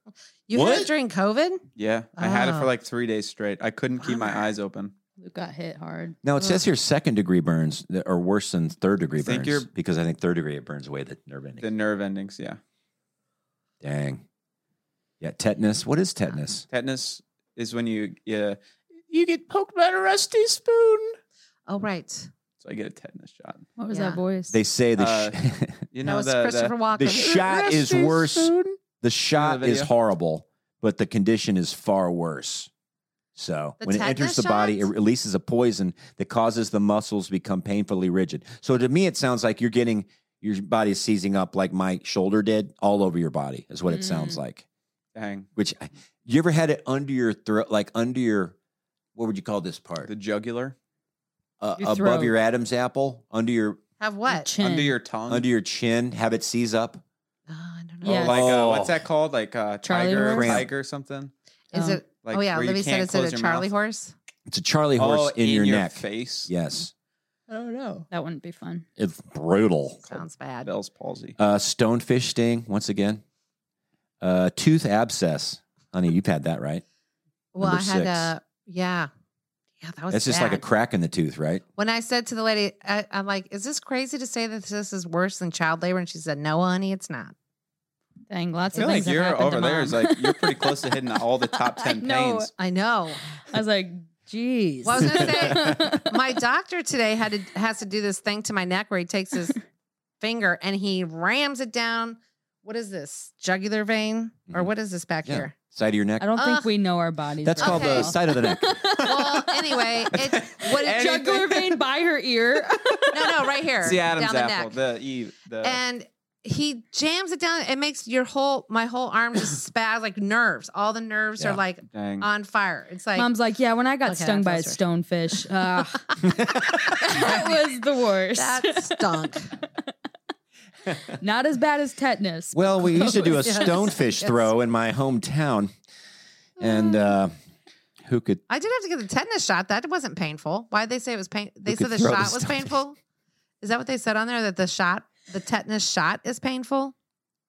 You had
What?
it during COVID?
Yeah, I had it for
Oh.
like three days straight. I couldn't keep my
Bummer.
eyes open.
Luke got hit hard.
No, it says here second degree burns that are worse than third degree
Think
burns
you're-
because I think third degree it burns away the nerve ending.
The nerve endings. Yeah,
Dang. Yeah, tetanus. What is
Ah.
tetanus?
tetanus is when you yeah you get poked by a rusty spoon.
Oh, right.
So I get a tetanus shot.
What was
Yeah.
that voice?
They say the sh-
Uh, You
that
know
was
the,
Christopher
the
Walken.
the shot is
Rusty
worse.
spoon?
The shot is
video.
horrible, but the condition is far worse. So
The
when it
tetanus
enters the body, it
shot?
releases a poison that causes the muscles to become painfully rigid. So to me, it sounds like you're getting your body is seizing up like my shoulder did all over your body. Is what it
Mm.
sounds like.
Dang,
Which you ever had it under your throat, like under your what would you call this part?
the jugular
uh,
Your
above
throat.
your Adam's apple, under your
Have
Your
what?
Chin.
under your tongue.
under your chin, have it seize up.
Oh, I don't know.
Oh,
Yes.
like uh, what's
Oh.
that called? Like uh,
Charlie
tiger,
horse?
tiger something.
Is
Oh.
it?
Like
oh yeah,
where you
Libby said
can't
it's a
close your
Charlie
mouth.
horse.
It's a Charlie horse
oh,
in, your, neck.
face.
Yes,
that wouldn't be fun.
it's brutal.
Sounds bad.
Bell's palsy.
Uh, stonefish sting once again. Uh, tooth abscess. Honey, you've had that, right?
Well, I
number
had
six.
a yeah, yeah. That was.
That's just like a
bad.
crack in the tooth, right?
when I said to the lady, I, I'm like, "Is this crazy to say that this is worse than child labor?" And she said, "No, honey, it's not."
Dang, lots
I feel
of things have
like you're
happened
over
to
there. Is
Mom.
like you're pretty close to hitting all the top
I
ten
know.
pains.
I know.
I was like, geez.
Well, I was gonna My doctor today had to has to do this thing to my neck where he takes his finger and he rams it down. What is this jugular vein or
Mm-hmm.
Mhm.
what is this back
Yeah.
here?
Side of your neck.
I don't think
Ugh.
we know our bodies.
That's
very
called
Okay.
the side of the neck.
Well, anyway, it what
A
it
jugular vein by her ear.
No, no, Oh, right here.
It's the Adam's
down the
apple.
neck.
The Eve. The,
and he jams it down. It makes your whole my whole arm just spaz like nerves. All the nerves
Yeah.
are like
dang.
on fire. It's like
Mom's like, yeah, when I got
Okay,
stung
that's
by a
not
stonefish, uh, that was the worst.
that stunk.
Not as bad as tetanus.
Well, we used to do a
Yes.
stonefish
Yes.
throw in my hometown, and uh, who could
I did have to get the tetanus shot. That wasn't painful. Why would they say it was pain? They
You
said
could
the
throw the
shot was
stuff.
painful. Is that what they said on there? That the shot, the tetanus shot, is painful.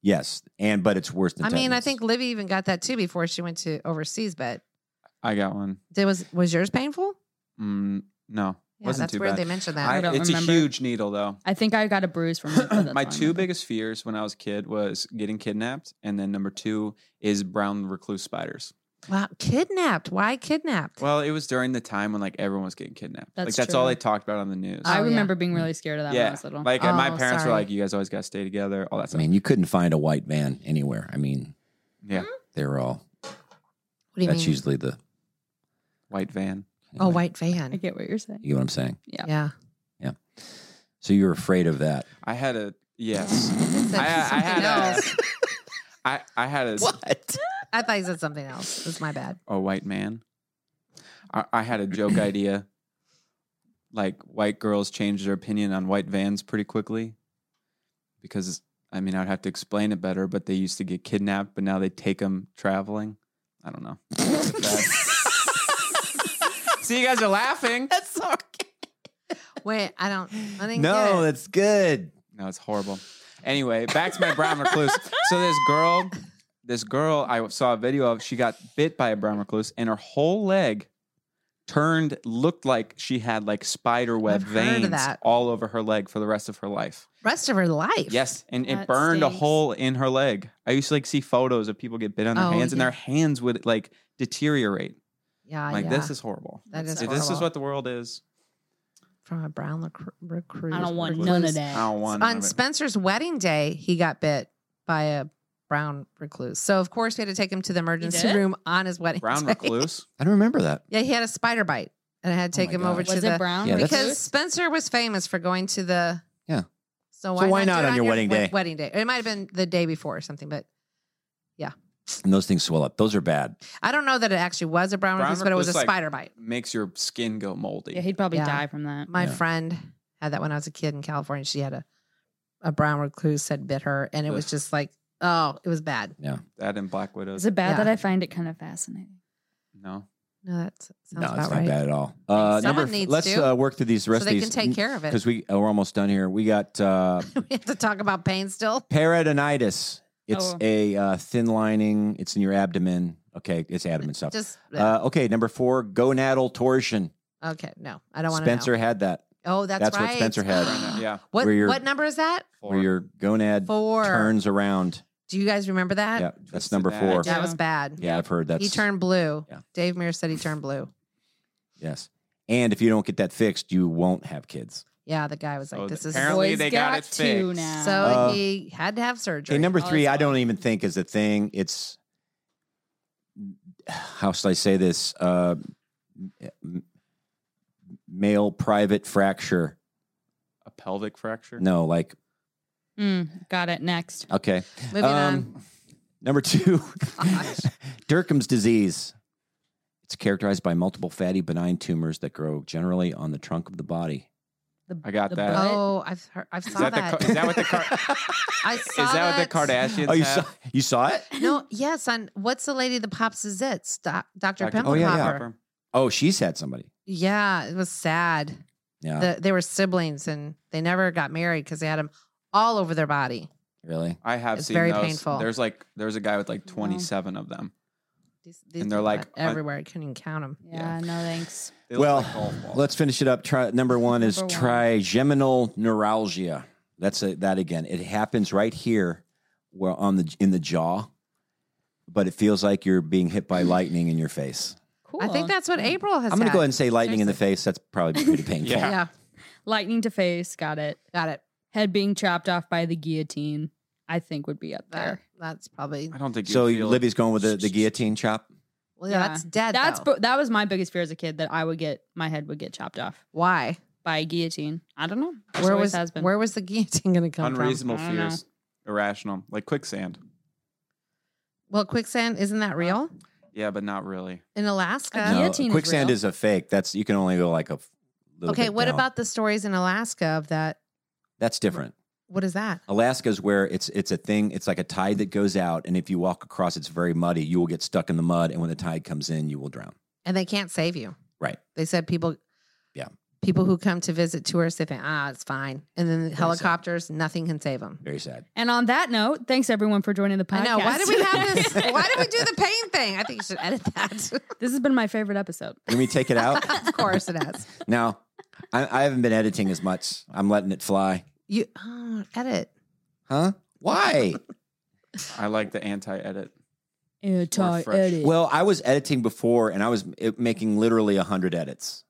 Yes, and but it's worse than.
I mean, I
tetanus.
think Livy even got that too before she went to overseas. But
I got one.
did, was was yours painful?
Mm, no,
Yeah,
wasn't
that's
too
weird.
bad.
They mentioned that.
I,
I don't
it's
remember.
a huge needle though.
I think I got a bruise from
Oh,
it. but that's
My
all I
two
remember.
biggest fears when I was a kid was getting kidnapped, and then number two is brown recluse spiders.
wow, kidnapped. Why kidnapped?
Well, it was during the time when like everyone was getting kidnapped. like
That's
that's all
true.
they talked about on the news.
I
Oh, yeah.
remember being really scared of that when I
yeah,
was little.
like and my
Oh,
parents
sorry.
were like, "You guys always got to stay together." All that
I
stuff.
mean, you couldn't find a white van anywhere. I mean, Mm-hmm.
yeah,
they were all.
what do you
that's
mean?
usually the.
white van.
oh, white
I
van.
get what you're saying.
You know what I'm saying?
Yeah.
Yeah.
So you were afraid of that.
I had a yes.
It said
I, I
something
had
else.
a, I, I had a
What?
I thought you said something else. It's my bad.
a white man. I, I had a joke idea. Like white girls change their opinion on white vans pretty quickly, because I mean I'd have to explain it better. But they used to get kidnapped, but now they take them traveling. I don't know. See, you guys are laughing.
Wait, I don't. I didn't
No,
get it.
that's good.
No, it's horrible. Anyway, back to my brown recluse. So this girl, this girl I saw a video of, she got bit by a brown recluse and her whole leg turned looked like she had like spider web
I've heard of
veins
that.
all over her leg for the rest of her life.
rest of her life.
Yes, and it
That
burned a
stinks.
hole in her leg. I used to like see photos of people get bit on their
Oh,
hands and
yeah.
their hands would like deteriorate.
Yeah.
I'm like
yeah.
this is horrible.
That is
If This is
horrible.
what the world is.
from a brown recru- recruit.
I don't want
recluse.
none of
I
that.
don't want none
On
of it.
Spencer's wedding day, he got bit by a brown recluse. So of course we had to take him to the emergency
did?
room on his wedding.
brown
day.
recluse.
I don't remember that.
Yeah, he had a spider bite. and I had to
Oh
take
my
him over
gosh.
to
Was it
the
brown Yeah, with that's-
because Spencer was famous for going to the
Yeah.
So why,
So why
do
not
it
on your wedding
wed-
day?
Wedding day. It might have been the day before or something, but
And those things swell up. Those are bad.
I don't know that it actually was a brown, recluse, but it was a
recluse, like,
spider bite.
Makes your skin go moldy.
Yeah, he'd probably
Yeah.
die from that.
My friend had that when I was a kid in California. She had a a brown recluse had bit her, and it was
Ugh.
just like, oh, it was bad.
Yeah.
That and black widows.
Is it bad
Yeah.
that I find it kind of fascinating?
No.
No, that s- sounds
no,
about
it's not
right.
bad at all. Uh,
Someone
number, f-
needs
let's
to.
uh, work through these
So
rest
they
of
can
these
take care of it.
because we oh, we're almost done here. We got uh,
we have to talk about pain still.
peritonitis. It's
Oh.
a uh, thin lining. It's in your abdomen. Okay, it's abdomen stuff.
Just
uh, okay, number four, gonadal torsion.
okay. No, I don't want to.
Spencer had that.
Oh, that's,
That's
right.
what Spencer had.
yeah.
What
Where your-
what number is that?
Where your gonad
Four.
turns around.
Do you guys remember that?
yeah, that's number
that.
four.
That was bad.
Yeah, I've heard that.
he turned blue. Dave Mears said he turned blue.
Yes. And if you don't get that fixed, you won't have kids.
Yeah, the guy was like,
Oh,
"This is
apparently Boys they got got it two fixed. now.
So
Uh,
he had to have surgery.
Okay, number
Oh,
three, I don't even think is a thing. It's how should I say this? Uh, m- male private fracture.
A pelvic fracture.
No, like
Mm, got it. Next.
okay. Um,
Moving
on. Number two, Durkheim's disease. It's characterized by multiple fatty benign tumors that grow generally on the trunk of the body.
I got that.
Oh, I've heard, I've saw
that the
that.
Ka- is that what the Kar-
I saw
is that what the Kardashians
Oh, you saw
have?
you saw it?
No, yes. On what's the lady that pops the zits? Doc, Dr. Pimple
oh yeah,
Popper.
yeah. Oh, she's had somebody.
Yeah, it was sad.
Yeah,
The, they were siblings and they never got married because they had them all over their body.
really.
I have
It's
seen
very
those.
painful.
There's like there's a guy with like 27 of them.
These, these
And they're
people
like,
went everywhere. I couldn't even count them.
Yeah, no thanks.
They look
Well,
like golf balls.
let's finish it up. Tri- number one is
Number one.
trigeminal neuralgia. That's a, that again. It happens right here, well, on the in the jaw, but it feels like you're being hit by lightning in your face.
Cool.
I think that's what April has.
I'm going to
had.
go ahead and say lightning in the face. That's probably pretty painful.
Yeah.
Yeah,
Lightning to face. Got it.
got it.
Head being chopped off by the guillotine. I think would be up
That-
there.
that's probably.
I don't think you
So
feel
Libby's going with the, the guillotine chop.
Well, yeah, that's dead.
That's
though.
bu- that was my biggest fear as a kid that I would get my head would get chopped off
why.
by a guillotine. I don't know. Just
Where
always
was
has been.
where was the guillotine going to come
unreasonable
I don't know.
fears, irrational, like quicksand.
from? Well, quicksand isn't that real
Yeah, but not really.
in Alaska?
A guillotine is
quicksand
real.
is, a fake. That's you can only go like a f- little.
Okay,
bit
what
down.
about the stories in Alaska of that?
that's different?
What is that?
Alaska's where it's it's a thing. It's like a tide that goes out, and if you walk across, it's very muddy. You will get stuck in the mud, and when the tide comes in, you will drown.
And they can't save you.
Right.
They said people.
Yeah.
People who come to visit tourists, they think, ah, it's fine. And then the helicopters, nothing can save them.
Very sad.
And on that note, thanks everyone for joining the podcast.
I know. Why did we have this? Why did we do the pain thing? I think you should edit that.
this has been my favorite episode.
Let me take it out
of course, it has.
now. I, I haven't been editing as much. I'm letting it fly,
You oh, edit.
huh? Why?
I like the anti-edit.
Anti-edit.
well, I was editing before, and I was eh, making literally hundred edits.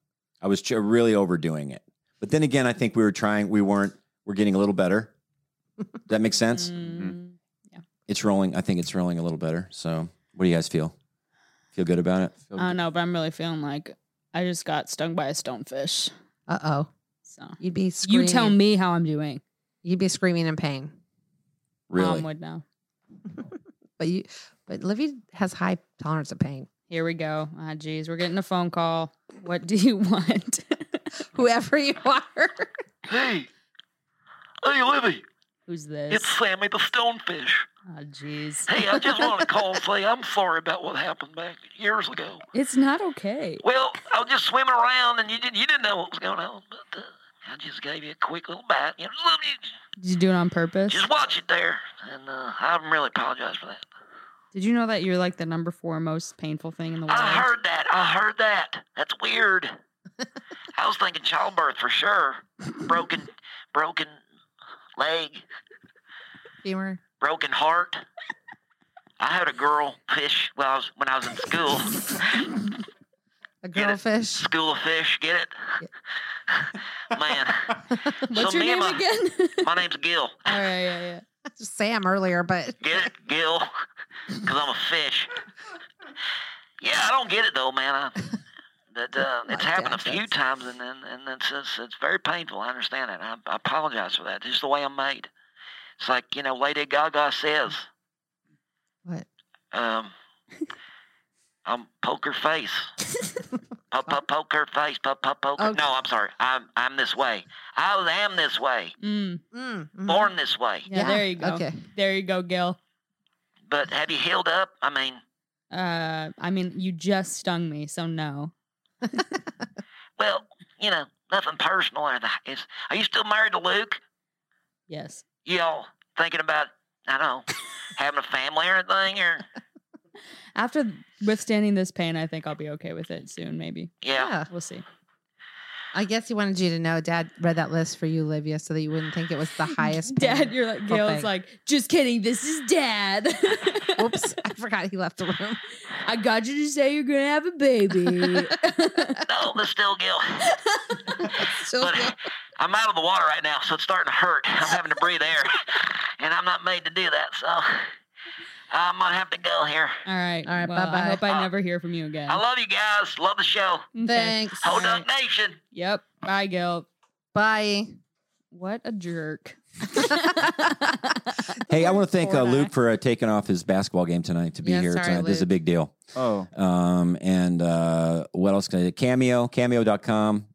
I was ch- really overdoing it. But then again, I think we were trying. We weren't. We're getting a little better. That makes sense.
Mm-hmm.
Mm.
It's rolling. I think it's rolling a little better. So, what do you guys feel? Feel good about it?
Feel
Um,
I don't know, but I'm really feeling like I just got stung by a stonefish.
Uh oh.
So
You'd be screaming.
you tell me how I'm doing.
You'd be screaming in pain.
Really?
Mom would know.
But you, but Livy has high tolerance of pain.
Here we go. Ah, geez, we're getting a phone call. What do you want?
Whoever you are.
Hey! Hey, Libby!
Who's this?
It's Sammy the Stonefish.
Ah, jeez.
Hey, I just want to call and say I'm sorry about what happened back years ago.
It's not okay.
Well, I was just swimming around and you, did, you didn't know what was going on, but uh, I just gave you a quick little bite. You know,
Did you do it on purpose?
just watch it there, and uh, I really apologize for that.
Did you know that you're like the number four most painful thing in the world?
I heard that. I heard that. That's weird. I was thinking childbirth for sure. Broken, broken leg,
Femur.
broken heart. I had a girl fish when I was when I was in school.
A
Get it.
girlfish.
School of fish. Get it? Man.
What's
so
your
me
name
and my,
again?
my name's Gil.
All right, yeah, yeah.
Sam earlier, but
Get it, Gil? Because I'm a fish. Yeah, I don't get it though, man. I, But uh, it's happened a few
that's-
times, and and, and it's, it's it's very painful. I understand it. I, I apologize for that. It's just the way I'm made. It's like you know, Lady Gaga says.
What?
Um, I'm poker face. po- po- poker face. Po- po- poker.
Okay.
No, I'm sorry. I'm I'm this way. I am this way.
Mm.
Mm, mhm.
Born this way.
Yeah, there you go.
Okay.
There you go, Gil.
But have you healed up? I mean,
Uh, I mean, you just stung me, so no.
well, you know, nothing personal or the. It's, are you still married to Luke?
Yes.
Y'all thinking about I don't know having a family or anything or
After withstanding this pain, I think I'll be okay with it soon. Maybe
yeah.
Yeah.
we'll see.
I guess he wanted you to know Dad read that list for you, Livia, so that you wouldn't think it was the highest.
Dad,
pain.
you're like
Well,
Gail's
thank-
like, just kidding. This is Dad.
Whoops, I forgot he left the room.
I got you to say you're gonna have a baby.
No, but still, Gil.
Still
But I'm out of the water right now, so it's starting to hurt. I'm having to breathe air, and I'm not made to do that, so I'm gonna have to go here.
All right.
All right,
Well,
bye-bye.
I hope I
Uh,
never hear from you again.
I love you guys. Love the show.
Okay.
Thanks.
Hold up, nation.
Yep. Bye, Gil.
Bye.
What a jerk.
Hey, I want to thank
Poor
uh,
guy.
Luke for uh, taking off his basketball game tonight to be
Yeah,
here
sorry,
tonight. This is a
Luke.
big deal.
Oh,
Um, and uh, what else can I do? Cameo, cameo.com.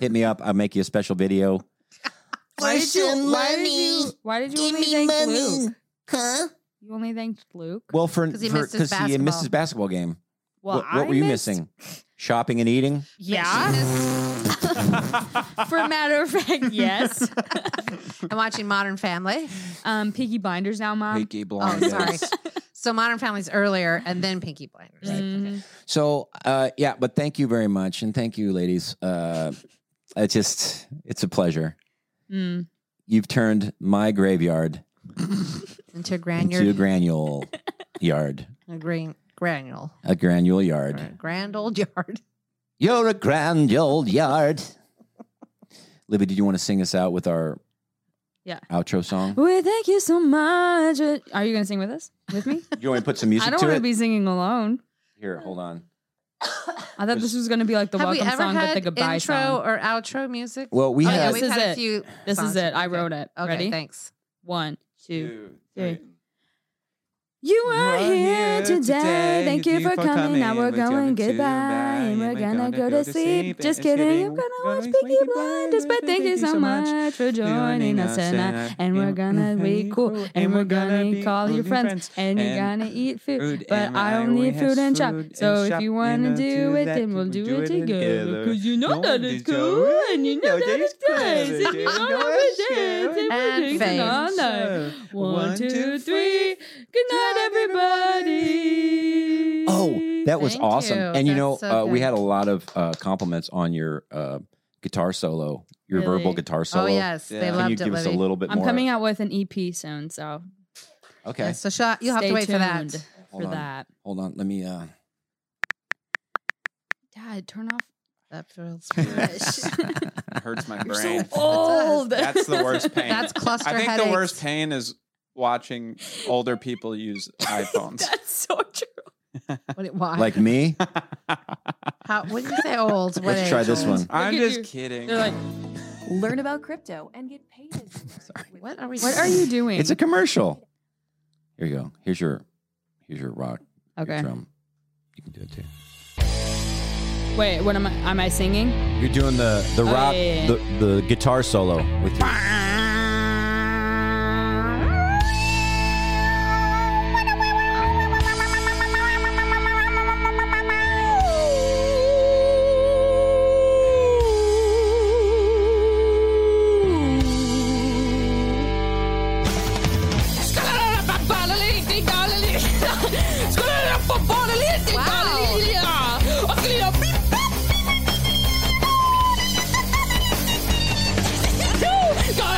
Hit me up. I'll make you a special video.
Why did you? Why did you? Why did you only thank Luke?
Huh?
You only thanked Luke.
Well, for
'Cause he
for-
missed his
he missed
basketball.
his basketball game.
Well,
what, what
I
were you
missed-
missing? Shopping and eating.
Yeah. For a matter of fact, yes.
I'm watching Modern Family.
Um, Peaky Blinders now, mom.
Peaky
Oh,
Blinders.
sorry. So Modern Family's earlier, and then Pinky Blinders.
Mm.
So uh, yeah, but thank you very much, and thank you, ladies. Uh, it's just it's a pleasure.
Mm.
You've turned my graveyard
Mm-hmm.
Into a
into
granular,
a granule yard,
a green granule,
a granule
or
yard.
a grand old yard.
You're a grand old yard. Libby, did you want to sing us out with our
Yeah.
outro song?
We thank you so much. Are you gonna sing with us? With me?
You want me to put some music
I don't
to
want
it?
to be singing alone.
Here, hold on.
I thought this was gonna be like the
Have we
welcome
ever
song, but
had
the goodbye
intro
song.
or outro music?
Well, we
oh, yeah,
have.
we've
This is
had a
it.
few.
This is
songs.
it. I
Okay.
wrote it.
Okay,
Ready?
thanks.
One, two, three.
Dude.
You
You
are here today. Thank you for coming. Now we're going goodbye. And we're gonna go to sleep. Just kidding. You're gonna watch Peaky Blinders. But thank you so much for joining us tonight. And we're gonna be cool. And we're gonna call your friends. And you're gonna eat food.
food.
But
And I
I
only
only
has
food and chop.
food
So
and
if
shop.
you
You
wanna
know,
do
do
it,
that,
then
we
we'll
will
do it together. Cause you know
No
that
one
it's
is cool.
cool. And you know
No
that
days
it's nice. And you
closed.
know
No
that it's
shut.
dancing.
And
And drinking all
fame.
night. One, two, three. Good night, everybody.
Oh, that was
Thank
awesome.
you.
And you know,
That's so
uh, we
good.
had a lot of uh, compliments on your uh, guitar solo, your verbal
Really?
guitar solo.
Oh yes,
Yeah.
they
Can
Can
loved
you
it.
give us a
Libby.
little bit
I'm
more?
coming out with an EP soon, so
Okay.
Yeah, so shut, you'll have
stay
to wait for that.
tuned
Hold
for
on.
that.
Hold on. Let me. Uh...
Dad, turn off.
That feels fresh.
hurts my brain.
Old.
That's the worst pain.
That's cluster
I think
headaches.
the worst pain is watching older people use iPhones.
That's so true.
What, why?
Like me?
How, when you say old, what
Let's try
age
this
old?
one.
I'm
at
just
you.
kidding.
They're like,
Learn about crypto and get paid.
What are we?
what are you doing?
It's a commercial. Here you go. Here's your. Here's your rock. your
okay.
drum. You can do it too.
Wait, what am I? Am I singing?
You're doing the the
Oh,
rock,
yeah, yeah,
the the guitar solo with your.
Wow.